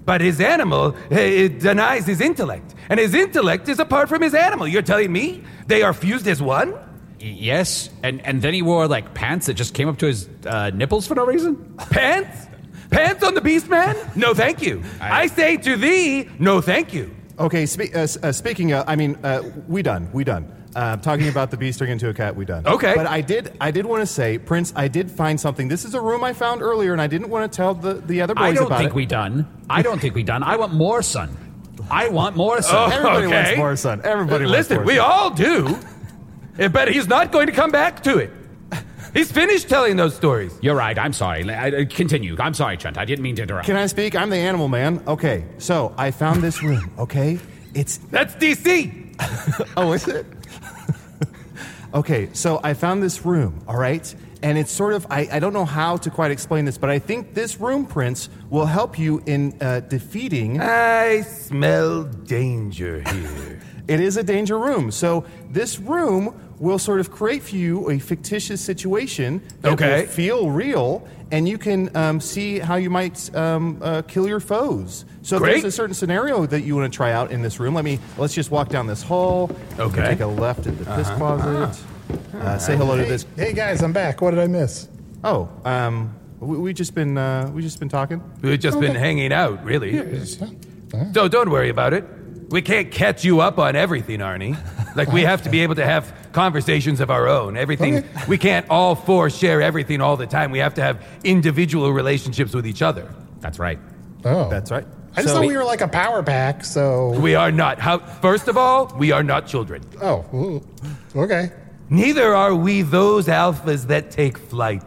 But his animal eh, it denies his intellect, and his intellect is apart from his animal. You're telling me they are fused as one? Yes, and and then he wore like pants that just came up to his uh, nipples for no reason. Pants? Pants on the beast man? No, thank you. I say to thee, no, thank you. Okay, spe- uh, s- uh, speaking of, I mean, uh, we done, we done. Uh, talking about the beast turning into a cat, we done. Okay. but I did, I did want to say, Prince, I did find something. This is a room I found earlier, and I didn't want to tell the, the other boys I don't about think it. we done. I don't think we done. I want more sun. I want more Oh, sun. Everybody okay. wants more sun. Everybody wants Listen, more we sun. all do. Eh, but he's not going to come back to it. He's finished telling those stories. You're right. I'm sorry. I, I- continue. I'm sorry, Trent. I didn't mean to interrupt. Can I speak? I'm the animal man. Okay, so I found this room. Okay, it's That's DC. oh, is it? okay, so I found this room, all right? And it's sort of, I, I don't know how to quite explain this, but I think this room, Prince, will help you in uh, defeating. I smell danger here. It is a danger room. So this room will sort of create for you a fictitious situation that Okay. will feel real, and you can um, see how you might um, uh, kill your foes. So if Great. there's a certain scenario that you want to try out in this room, let me let's just walk down this hall. Okay. Take a left at the piss Uh-huh. closet. Uh, say hello to Hey- this. Hey guys, I'm back. What did I miss? Oh, um, we, we just been uh, we just been talking. We've Oh, just been Okay. hanging out, really. So don't worry about it. We can't catch you up on everything, Arnie. Like, we have to be able to have conversations of our own. Everything, we can't all four share everything all the time. We have to have individual relationships with each other. That's right. Oh, that's right. I just thought we were like a power pack. So We are not. How, first of all, we are not children. Oh, ooh, okay. Neither are we those alphas that take flight.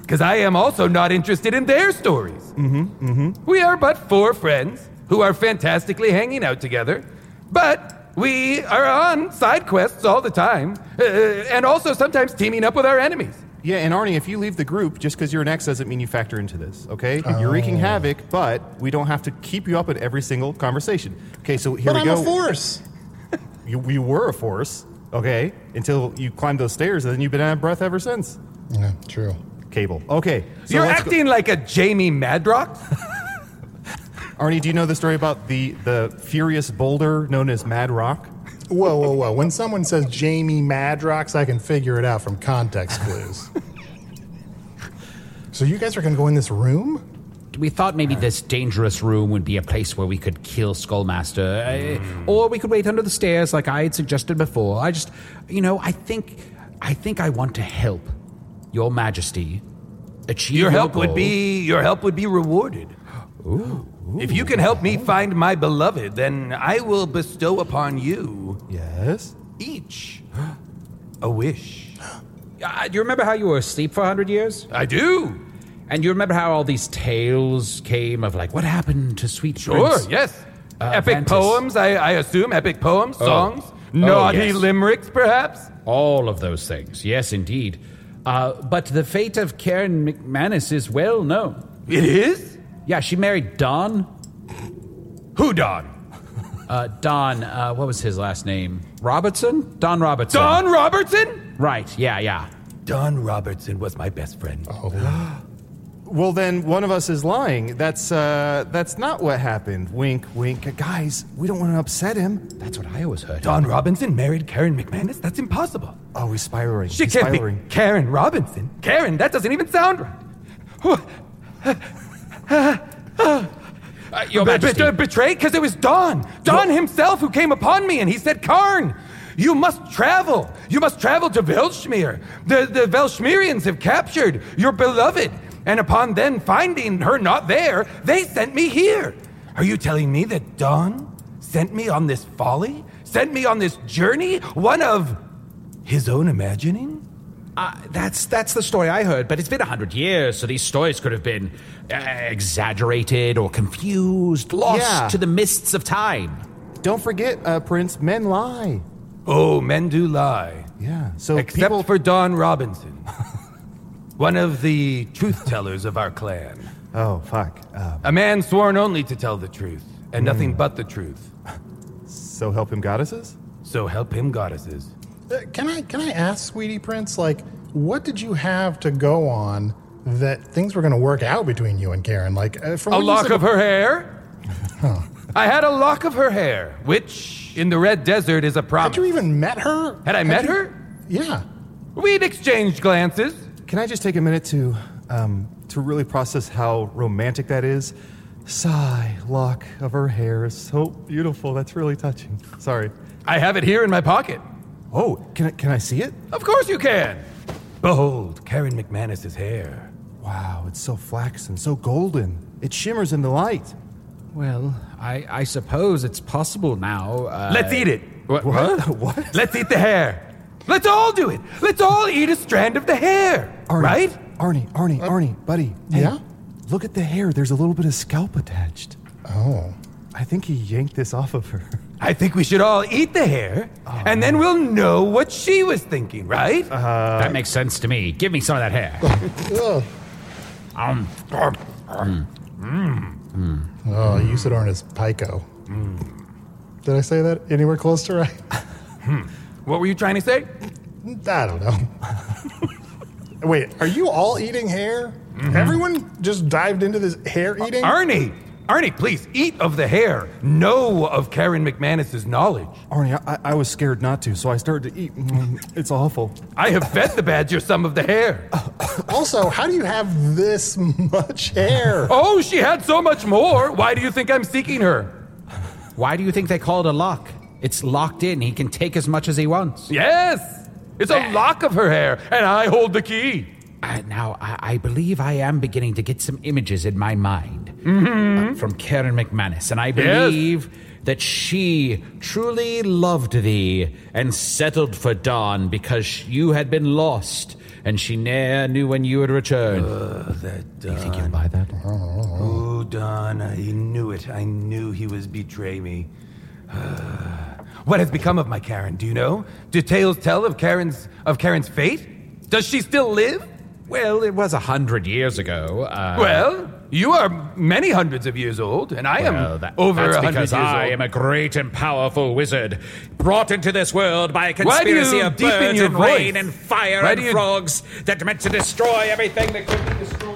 Because I am also not interested in their stories. Mm-hmm. Mm-hmm. We are but four friends who are fantastically hanging out together, but we are on side quests all the time, uh, and also sometimes teaming up with our enemies. Yeah, and Arnie, if you leave the group, just because you're an ex doesn't mean you factor into this, okay? You're wreaking Oh. havoc, but we don't have to keep you up at every single conversation. Okay, so here But we I'm go. a force. You, you were a force, okay? Until you climbed those stairs, and then you've been out of breath ever since. Yeah, true. Cable. Okay. You're let's acting like a Jamie Madrox? Arnie, do you know the story about the, the furious boulder known as Mad Rock? Whoa, whoa, whoa. When someone says Jamie Madrox, I can figure it out from context clues. so you guys are going to go in this room? We thought maybe this dangerous room would be a place where we could kill Skullmaster, uh, or we could wait under the stairs, like I had suggested before. I just, you know, I think, I think I want to help Your Majesty achieve Your help would goal. be your help would be rewarded. If you can help me find my beloved, then I will bestow upon you yes each a wish. Uh, do you remember how you were asleep for 100 years? I do. And you remember how all these tales came of, like, what happened to Sweet Sure, Prince? yes. Uh, epic Vantis. poems, I, I assume. Epic poems, Oh. songs, Oh, naughty yes. limericks, perhaps. All of those things, yes, indeed. Uh, but the fate of Karen McManus is well known. It is? Yeah, she married Don. Who Don? Uh, Don, uh, what was his last name? Robertson? Don Robertson. Don Robertson? Right, yeah, yeah. Don Robertson was my best friend. Oh. Well, then one of us is lying. That's uh, that's not what happened. Wink, wink. Guys, we don't want to upset him. That's what I always heard. Don Robinson married Karen McManus? That's impossible. Oh, he's spiraling. She he's can't spiraling. be Karen Robinson. Karen, that doesn't even sound right. Uh, Your Be- Majesty. be- betrayed? Because it was Don. Don himself who came upon me and he said, Karn, you must travel. You must travel to Velshmir. The, the Velshmirians have captured your beloved. And upon then finding her not there, they sent me here. Are you telling me that Don sent me on this folly? Sent me on this journey? One of his own imagining? Uh, that's that's the story I heard, but it's been a hundred years, so these stories could have been uh, exaggerated or confused, lost Yeah. to the mists of time. Don't forget, uh, Prince, men lie. Oh, men do lie. Yeah. So Except people, for Don Robinson, one of the truth tellers of our clan. oh fuck. Uh, Hmm. A man sworn only to tell the truth, and nothing but the truth. so help him, goddesses. So help him, goddesses. Uh, can I can I ask, Sweetie Prince, like, what did you have to go on that things were going to work out between you and Karen? Like, uh, from A what you lock said- of her hair? I had a lock of her hair, which in the Red Desert is a Had you promise. even met her? Had I met you- her? Yeah. We'd exchanged glances. Can I just take a minute to um, to really process how romantic that is? Sigh, lock of her hair is so beautiful. That's really touching. Sorry. I have it here in my pocket. Oh, can I, can I see it? Of course you can. Behold, Karen McManus's hair. Wow, it's so flaxen, so golden. It shimmers in the light. Well, I, I suppose it's possible now. Uh, Let's eat it. What? what? Let's eat the hair. Let's all do it. Let's all eat a strand of the hair. Arnie, Right? Arnie, Arnie, Uh, Arnie, buddy. Hey, yeah? Look at the hair. There's a little bit of scalp attached. Oh. I think he yanked this off of her. I think we should all eat the hair, and then we'll know what she was thinking, right? Uh-huh. that makes sense to me. Give me some of that hair. Ugh. um, Oh, you said Hmm. Arn is Pico. Did I say that anywhere close to right? What were you trying to say? I don't know. Wait, are you all eating hair? Everyone just dived into this hair Mm-hmm. eating? Uh, Arnie! Arnie, please, eat of the hair. Know of Karen McManus's knowledge. Arnie, I, I was scared not to, so I started to eat. Mm, It's awful. I have fed the badger some of the hair. Also, how do you have this much hair? Oh, she had so much more. Why do you think I'm seeking her? Why do you think they call it a lock? It's locked in. He can take as much as he wants. Eh. Yes! It's a lock of her hair, and I hold the key. Uh, now, I, I believe I am beginning to get some images in my mind Mm-hmm. uh, from Karen McManus, and I believe that she truly loved thee and settled for Don because you had been lost, and she ne'er knew when you would return. that Do you think you'll buy that? Oh, Don, I knew it. I knew he was betray me. Uh, what has become of my Karen? Do you know? Do tales tell of Karen's of Karen's fate? Does she still live? Well, it was a hundred years ago. Uh, well, you are many hundreds of years old, and I Well, am that- over that's a hundred years because I old. am a great and powerful wizard, brought into this world by a Why do you conspiracy of deepen birds your and voice? rain and fire Why and do you- frogs that meant to destroy everything that could be destroyed.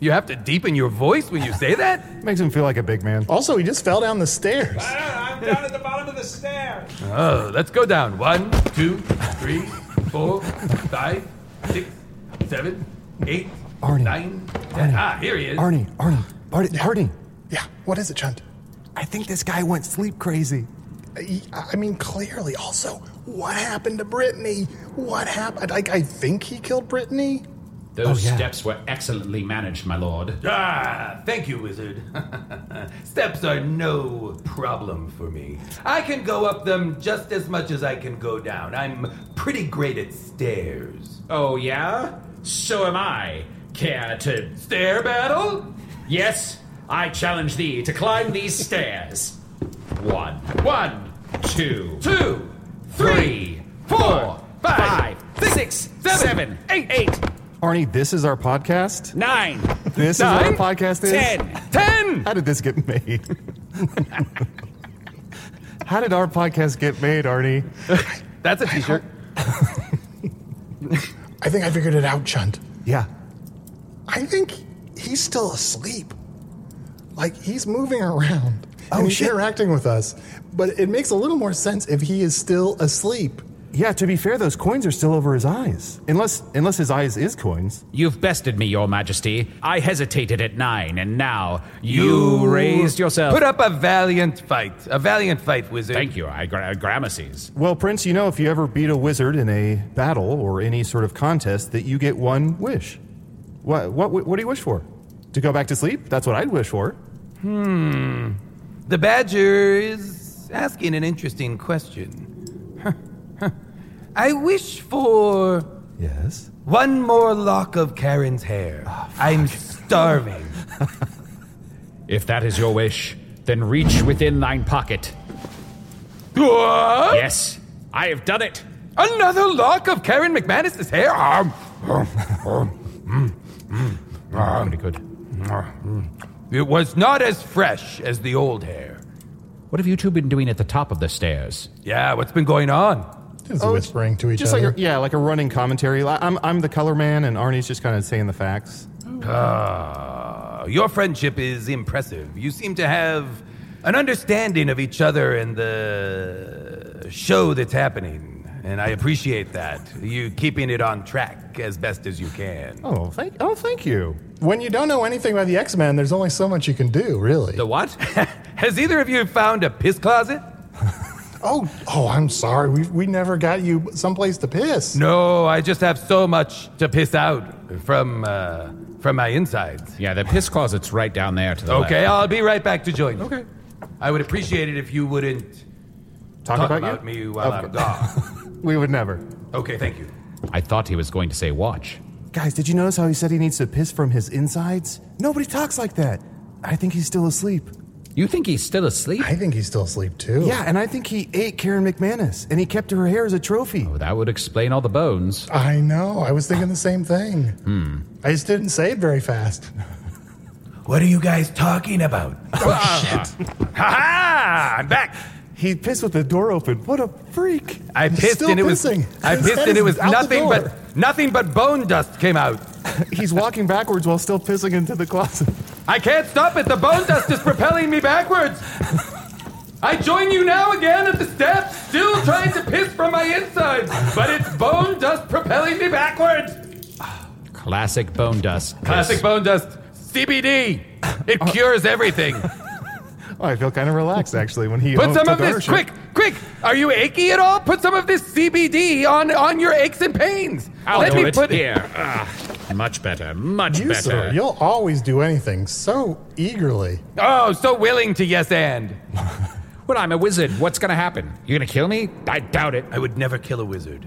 You have to deepen your voice when you say that. Makes him feel like a big man. Also, he just fell down the stairs. I'm down at the bottom of the stairs. Oh, let's go down. One, two, three, four, five, six, seven, eight, Arnie. nine, ten. Arnie. Ah, here he is. Arnie, Arnie, Arnie, Arnie. Yeah, what is it, Chunt? I think this guy went sleep crazy. I I mean, clearly. Also, what happened to Brittany? What happened? Like, I think he killed Brittany. Those Oh, yeah. steps were excellently managed, my lord. Ah, thank you, wizard. Steps are no problem for me. I can go up them just as much as I can go down. I'm pretty great at stairs. Oh, yeah? So am I. Care to. Stair battle? Yes, I challenge thee to climb these stairs. One, one, two, Two, three, four, five, six, seven, seven, eight, eight, Arnie, this is our podcast. nine, This is nine, what our podcast is. ten. ten! How did this get made? How did our podcast get made, Arnie? That's a t-shirt. I think I figured it out, Chunt. Yeah. I think he's still asleep. Like, he's moving around Oh, and he's shit. interacting with us. But it makes a little more sense if he is still asleep. Yeah, to be fair, those coins are still over his eyes. Unless unless his eyes is coins. You've bested me, Your Majesty. I hesitated at nine, and now you, raised yourself. Put up a valiant fight. A valiant fight, wizard. Thank you, I gra- uh, Gramercy's. Well, Prince, you know if you ever beat a wizard in a battle or any sort of contest that you get one wish. What what what do you wish for? To go back to sleep? That's what I'd wish for. Hmm. The badger is asking an interesting question. I wish for Yes. one more lock of Karen's hair. Ah, I'm starving. If that is your wish, then reach within thine pocket. What? Yes, I have done it. Another lock of Karen McManus's hair? Um, um, um, mm, mm, Ah, Pretty good. mm. It was not as fresh as the old hair. What have you two been doing at the top of the stairs? Yeah, what's been going on? Just whispering to each Just like other. a, yeah, like a running commentary. Li- I'm I'm the color man, and Arnie's just kind of saying the facts. Oh. Ah, your friendship is impressive. You seem to have an understanding of each other and the show that's happening, and I appreciate that. You keeping it on track as best as you can. Oh, thank oh thank you. when you don't know anything about the X Men, there's only so much you can do, really. The what? Has either of you found a piss closet? Oh, oh, I'm sorry. We, we never got you someplace to piss. No, I just have so much to piss out from uh, from my insides. Yeah, the piss closet's right down there to the left. Okay, I'll be right back to join you. Okay. I would appreciate it if you wouldn't Talk, talk about, about you. me while Of I'm course. gone. We would never. Okay, thank you. I thought he was going to say watch. Guys, did you notice how he said he needs to piss from his insides? Nobody talks like that. I think he's still asleep. You think he's still asleep? I think he's still asleep, too. Yeah, and I think he ate Karen McManus, and he kept her hair as a trophy. Well, that would explain all the bones. Hmm, I know. I was thinking the same thing. I just didn't say it very fast. What are you guys talking about? Oh, shit. Ha ha! I'm back. He pissed with the door open. What a freak! I pissed and it was I pissed and it was nothing but nothing but bone dust came out. He's walking backwards while still pissing into the closet. I can't stop it. The bone dust is propelling me backwards. I join you now again at the steps, still trying to piss from my insides, but it's bone dust propelling me backwards. Classic bone dust. Classic Yes. bone dust, CBD. It Uh, cures everything. Oh, I feel kind of relaxed actually when he Put o- some took of this, ownership. quick, quick. Are you achy at all? Put some of this CBD on on your aches and pains. I'll Let do me it put here. Ah, much better. Much You, better. sir, You'll always do anything so eagerly. Oh, so willing to yes and. well, I'm a wizard. What's going to happen? You're going to kill me? I doubt it. Uh, I would never kill a wizard.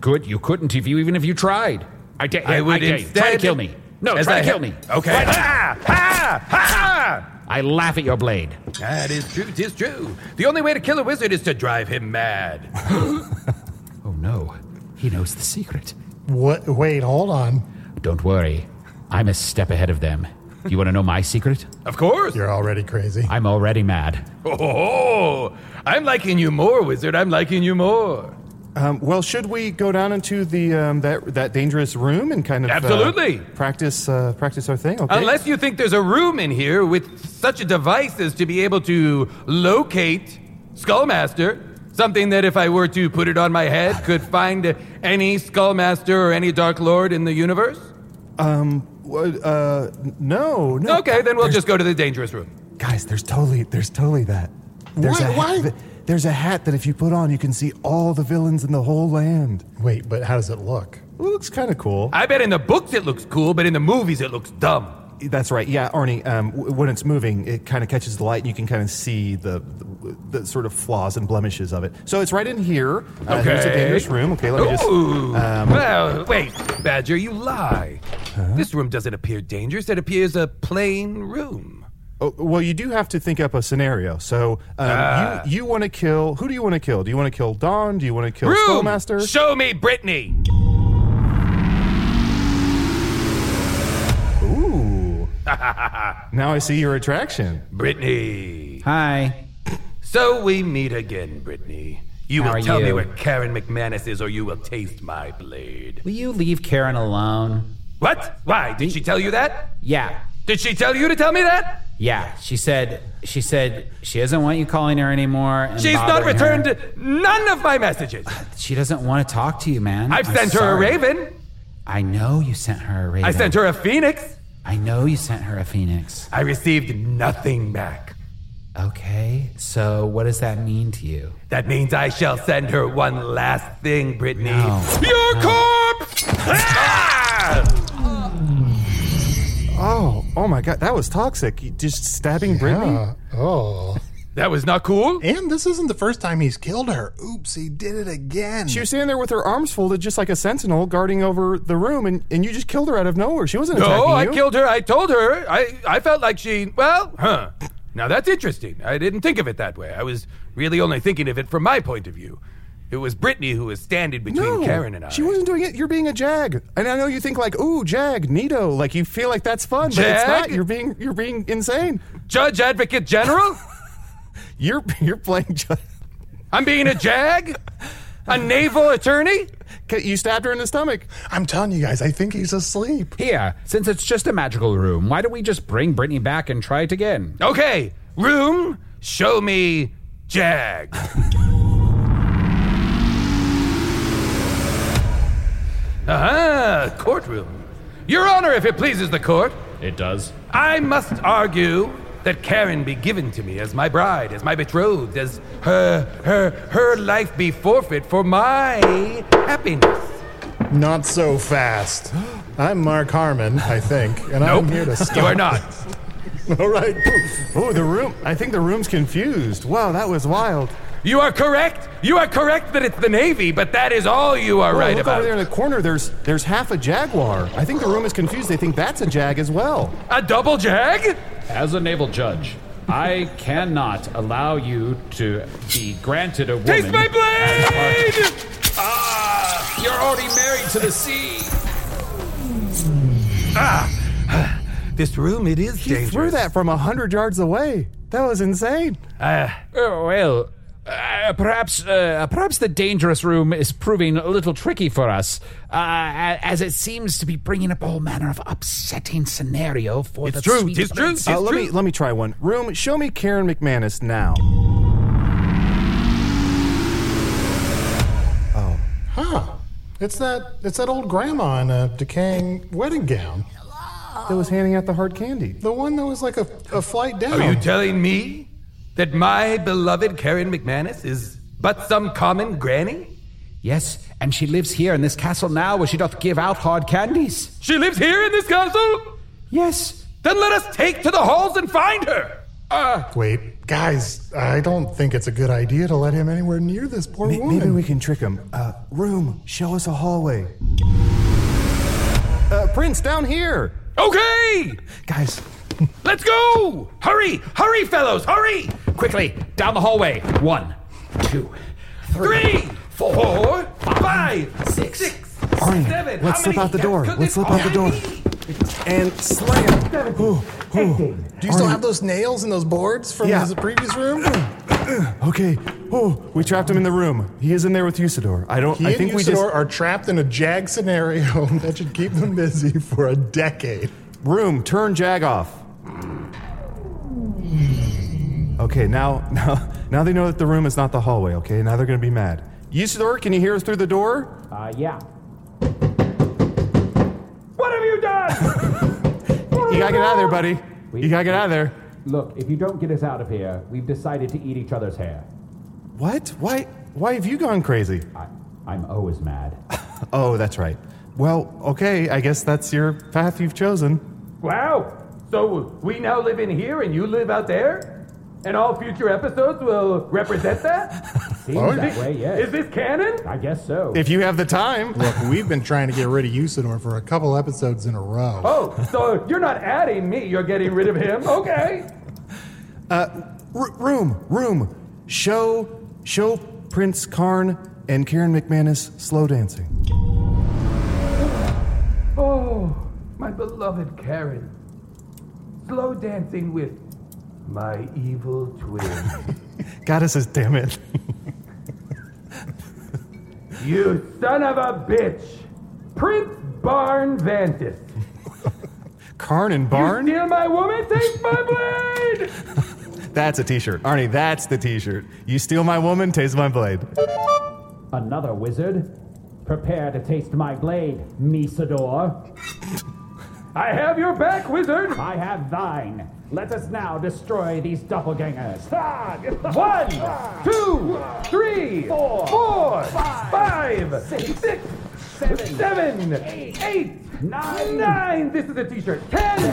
good. You couldn't if you even if you tried. I dare. I would dare you. Try to instead- kill me. No, As try I to kill ha- me. Okay. Right- Ah, ah, ah, ah. I laugh at your blade. That is true. Tis true. The only way to kill a wizard is to drive him mad. Oh no, he knows the secret. What? Wait, hold on. Don't worry, I'm a step ahead of them. You want to know my secret? Of course. You're already crazy. I'm already mad. Oh, I'm liking you more, wizard. I'm liking you more. Um, well, should we go down into the um, that that dangerous room and kind of uh, Absolutely. practice uh, practice our thing? Okay. Unless you think there's a room in here with such a device as to be able to locate Skullmaster, something that if I were to put it on my head could find any Skullmaster or any Dark Lord in the universe. um, wha- uh, no, no. Okay, then we'll just go to the dangerous room. Guys, there's totally there's totally that. There's What? a hat, Why? that- There's a hat that if you put on, you can see all the villains in the whole land. Wait, but how does it look? It looks kind of cool. I bet in the books it looks cool, but in the movies it looks dumb. That's right. Yeah, Arnie. Um, w- when it's moving, it kind of catches the light, and you can kind of see the, the the sort of flaws and blemishes of it. So it's right in here. Uh, Here's a Okay. dangerous room. Okay, let me just. Ooh. um, well, wait, Badger, you lie. This room doesn't appear dangerous. It appears a plain room. Oh, well, you do have to think up a scenario. So um, Ah. you you want to kill? Who do you want to kill? Do you want to kill Dawn? Do you want to kill Room! Skullmaster? Show me Brittany! Ooh. now I see your attraction. Brittany. Hi. So we meet again, Brittany. You How will are tell me you? where Karen McManus is, or you will taste my blade. Will you leave Karen alone? What? Why? Did she tell you that? Yeah. Did she tell you to tell me that? Yeah. She said. She said she doesn't want you calling her anymore. and She's not bothering her. returned none of my messages. She doesn't want to talk to you, man. I've I'm sent her a sorry. raven. I know you sent her a raven. I sent her a phoenix. I know you sent her a phoenix. I received nothing back. Okay. So what does that mean to you? That means I shall send her one last thing, Brittany. No. Your corpse! Ah! Oh, oh my God, that was toxic. You Just stabbing Brittany. Uh, oh. That was not cool. And this isn't the first time he's killed her. Oops, he did it again. She was standing there with her arms folded, just like a sentinel guarding over the room, and, and you just killed her out of nowhere. She wasn't No, attacking you. I killed her. I told her. I, I felt like she. Well, huh. Now that's interesting. I didn't think of it that way. I was really only thinking of it from my point of view. It was Brittany who was standing between No, Karen and I. she wasn't doing it. You're being a jag, and I know you think like, "Ooh, jag, Nito," like you feel like that's fun, but it's Jag? not. You're being you're being insane. Judge Advocate General? You're you're playing. Jag. I'm being a jag? A naval attorney? You stabbed her in the stomach. I'm telling you guys, I think he's asleep. Here, since it's just a magical room, why don't we just bring Brittany back and try it again? Okay, room, show me jag. Aha, Uh-huh, courtroom. Your Honor, if it pleases the court, It does. I must argue that Karen be given to me as my bride, as my betrothed, as her her her life be forfeit for my happiness. Not so fast. I'm Mark Harmon, I think, and I'm here to stop. you are not. All right. Oh, the room. I think the room's confused. Wow, that was wild. You are correct. You are correct that it's the Navy, but that is all you are Whoa, right look about. over there in the corner. There's there's half a jaguar. I think the room is confused. They think that's a jag as well. A double jag? As a naval judge, I cannot allow you to be granted a woman. Taste my blade! Ah, you're already married to the sea. This room, it is He dangerous. threw that from a hundred yards away. That was insane. Uh, oh, well, uh, perhaps, uh, perhaps the dangerous room is proving a little tricky for us, uh, a- as it seems to be bringing up all manner of upsetting scenario for the sweet prince. Uh, let me let me try one. Room, show me Karen McManus now. Huh. It's that it's that old grandma in a decaying wedding gown. That was handing out the hard candy. The one that was like a, a flight down. Are you telling me that my beloved Karen McManus is but some common granny? Yes, and she lives here in this castle now, where she doth give out hard candies. She lives here in this castle? Yes. Then let us take to the halls and find her! Uh, Wait, guys, I don't think it's a good idea to let him anywhere near this poor woman. Maybe we can trick him. Uh, room, show us a hallway. Uh, Prince, down here. okay! Guys, Let's go! Hurry! Hurry, fellows! Hurry! Quickly, down the hallway. One, two, three, Three, four, five, six, Arnie, seven. let's How slip many out the cats door. could this Let's slip out the door. be? And slam. Ooh, ooh. Do you still have those nails and those boards from Yeah. his previous room? Okay. Oh, we trapped him in the room. He is in there with Usador. I don't. He I and think Usador we just. are trapped in a jag scenario that should keep them busy for a decade. Room, turn Jag off. Okay, now, now, now they know that the room is not the hallway. Okay, now they're going to be mad. Usador, can you hear us through the door? Uh, yeah. What have you done? You gotta get out of there, buddy. You gotta get out of there. Look, if you don't get us out of here, we've decided to eat each other's hair. What? Why? Why have you gone crazy? I, I'm always mad. Oh, that's right. Well, okay, I guess that's your path you've chosen. wow! So we now live in here and you live out there? And all future episodes will represent that? Seems Oh, that way, Is yes. this canon? I guess so. If you have the time. Look, we've been trying to get rid of Usador for a couple episodes in a row. Oh, so you're not adding me, you're getting rid of him? Okay. Uh, R- room, room. Show, show Prince Karn and Karen McManus slow dancing. Oh, my beloved Karen. Slow dancing with my evil twin. Goddesses, damn it. you son of a bitch! Prince Barn Vantis. Karn and Barn? You steal my woman, take my blade! That's a t-shirt. Arnie, that's the t-shirt. You steal my woman, taste my blade. Another wizard? Prepare to taste my blade, Misador. I have your back, wizard! I have thine. Let us now destroy these doppelgangers. One, two, three, four, five, six, seven, eight, nine. This is a t-shirt. Ten,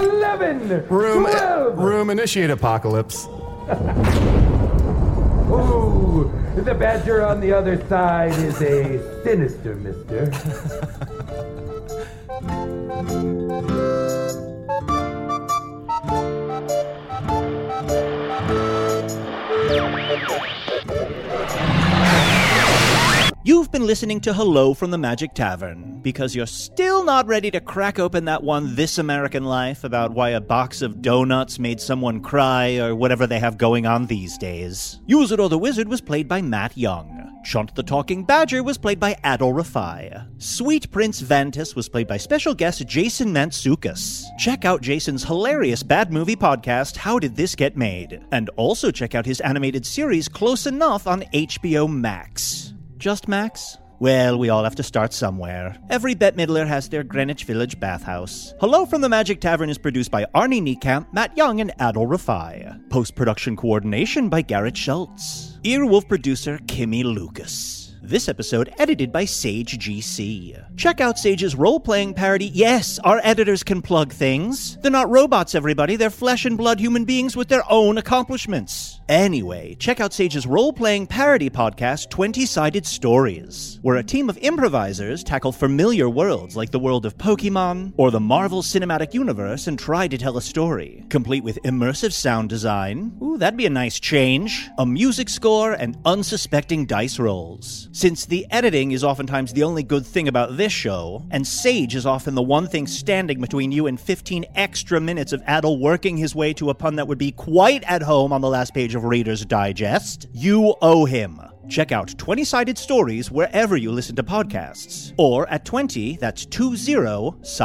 eleven, Room, twelve. room, initiate apocalypse. Ooh, the badger on the other side is a sinister mister. You've been listening to Hello from the Magic Tavern because you're still not ready to crack open that one This American Life about why a box of donuts made someone cry or whatever they have going on these days. Use It or the Wizard was played by Matt Young. Chunt the Talking Badger was played by Adol Rafai. Sweet Prince Vantis was played by special guest Jason Mansukas. Check out Jason's hilarious bad movie podcast, How Did This Get Made? And also check out his animated series, Close Enough, on HBO Max. Just Max? Well, we all have to start somewhere. Every bet middler has their Greenwich Village bathhouse. Hello from the Magic Tavern is produced by Arnie Niekamp, Matt Young, and Adol Rafai. Post production coordination by Garrett Schultz. Earwolf producer Kimmy Lucas. This episode edited by Sage GC. Check out Sage's role playing parody. Yes, our editors can plug things. They're not robots, everybody. They're flesh and blood human beings with their own accomplishments. Anyway, check out Sage's role playing parody podcast, 20 Sided Stories, where a team of improvisers tackle familiar worlds like the world of Pokemon or the Marvel Cinematic Universe and try to tell a story, complete with immersive sound design. Ooh, that'd be a nice change. A music score and unsuspecting dice rolls. Since the editing is oftentimes the only good thing about this show, and Sage is often the one thing standing between you and 15 extra minutes of Adel working his way to a pun that would be quite at home on the last page of Reader's Digest, you owe him. Check out 20 Sided Stories wherever you listen to podcasts, or at 20, that's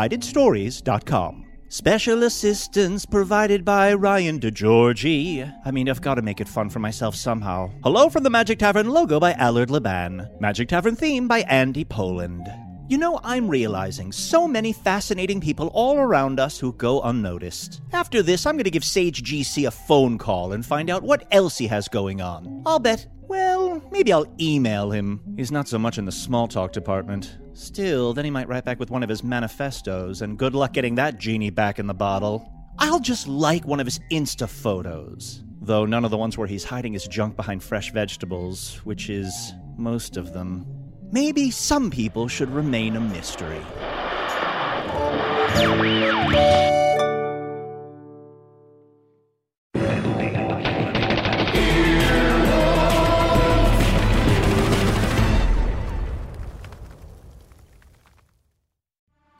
20sidedstories.com. Special assistance provided by Ryan DeGiorgi. I mean, I've got to make it fun for myself somehow. Hello from the Magic Tavern logo by Allard Laban. Magic Tavern theme by Andy Poland. You know, I'm realizing so many fascinating people all around us who go unnoticed. After this, I'm going to give Sage GC a phone call and find out what else he has going on. I'll bet, well, maybe I'll email him. He's not so much in the small talk department. Still, then he might write back with one of his manifestos, and good luck getting that genie back in the bottle. I'll just like one of his Insta photos. Though none of the ones where he's hiding his junk behind fresh vegetables, which is most of them. Maybe some people should remain a mystery.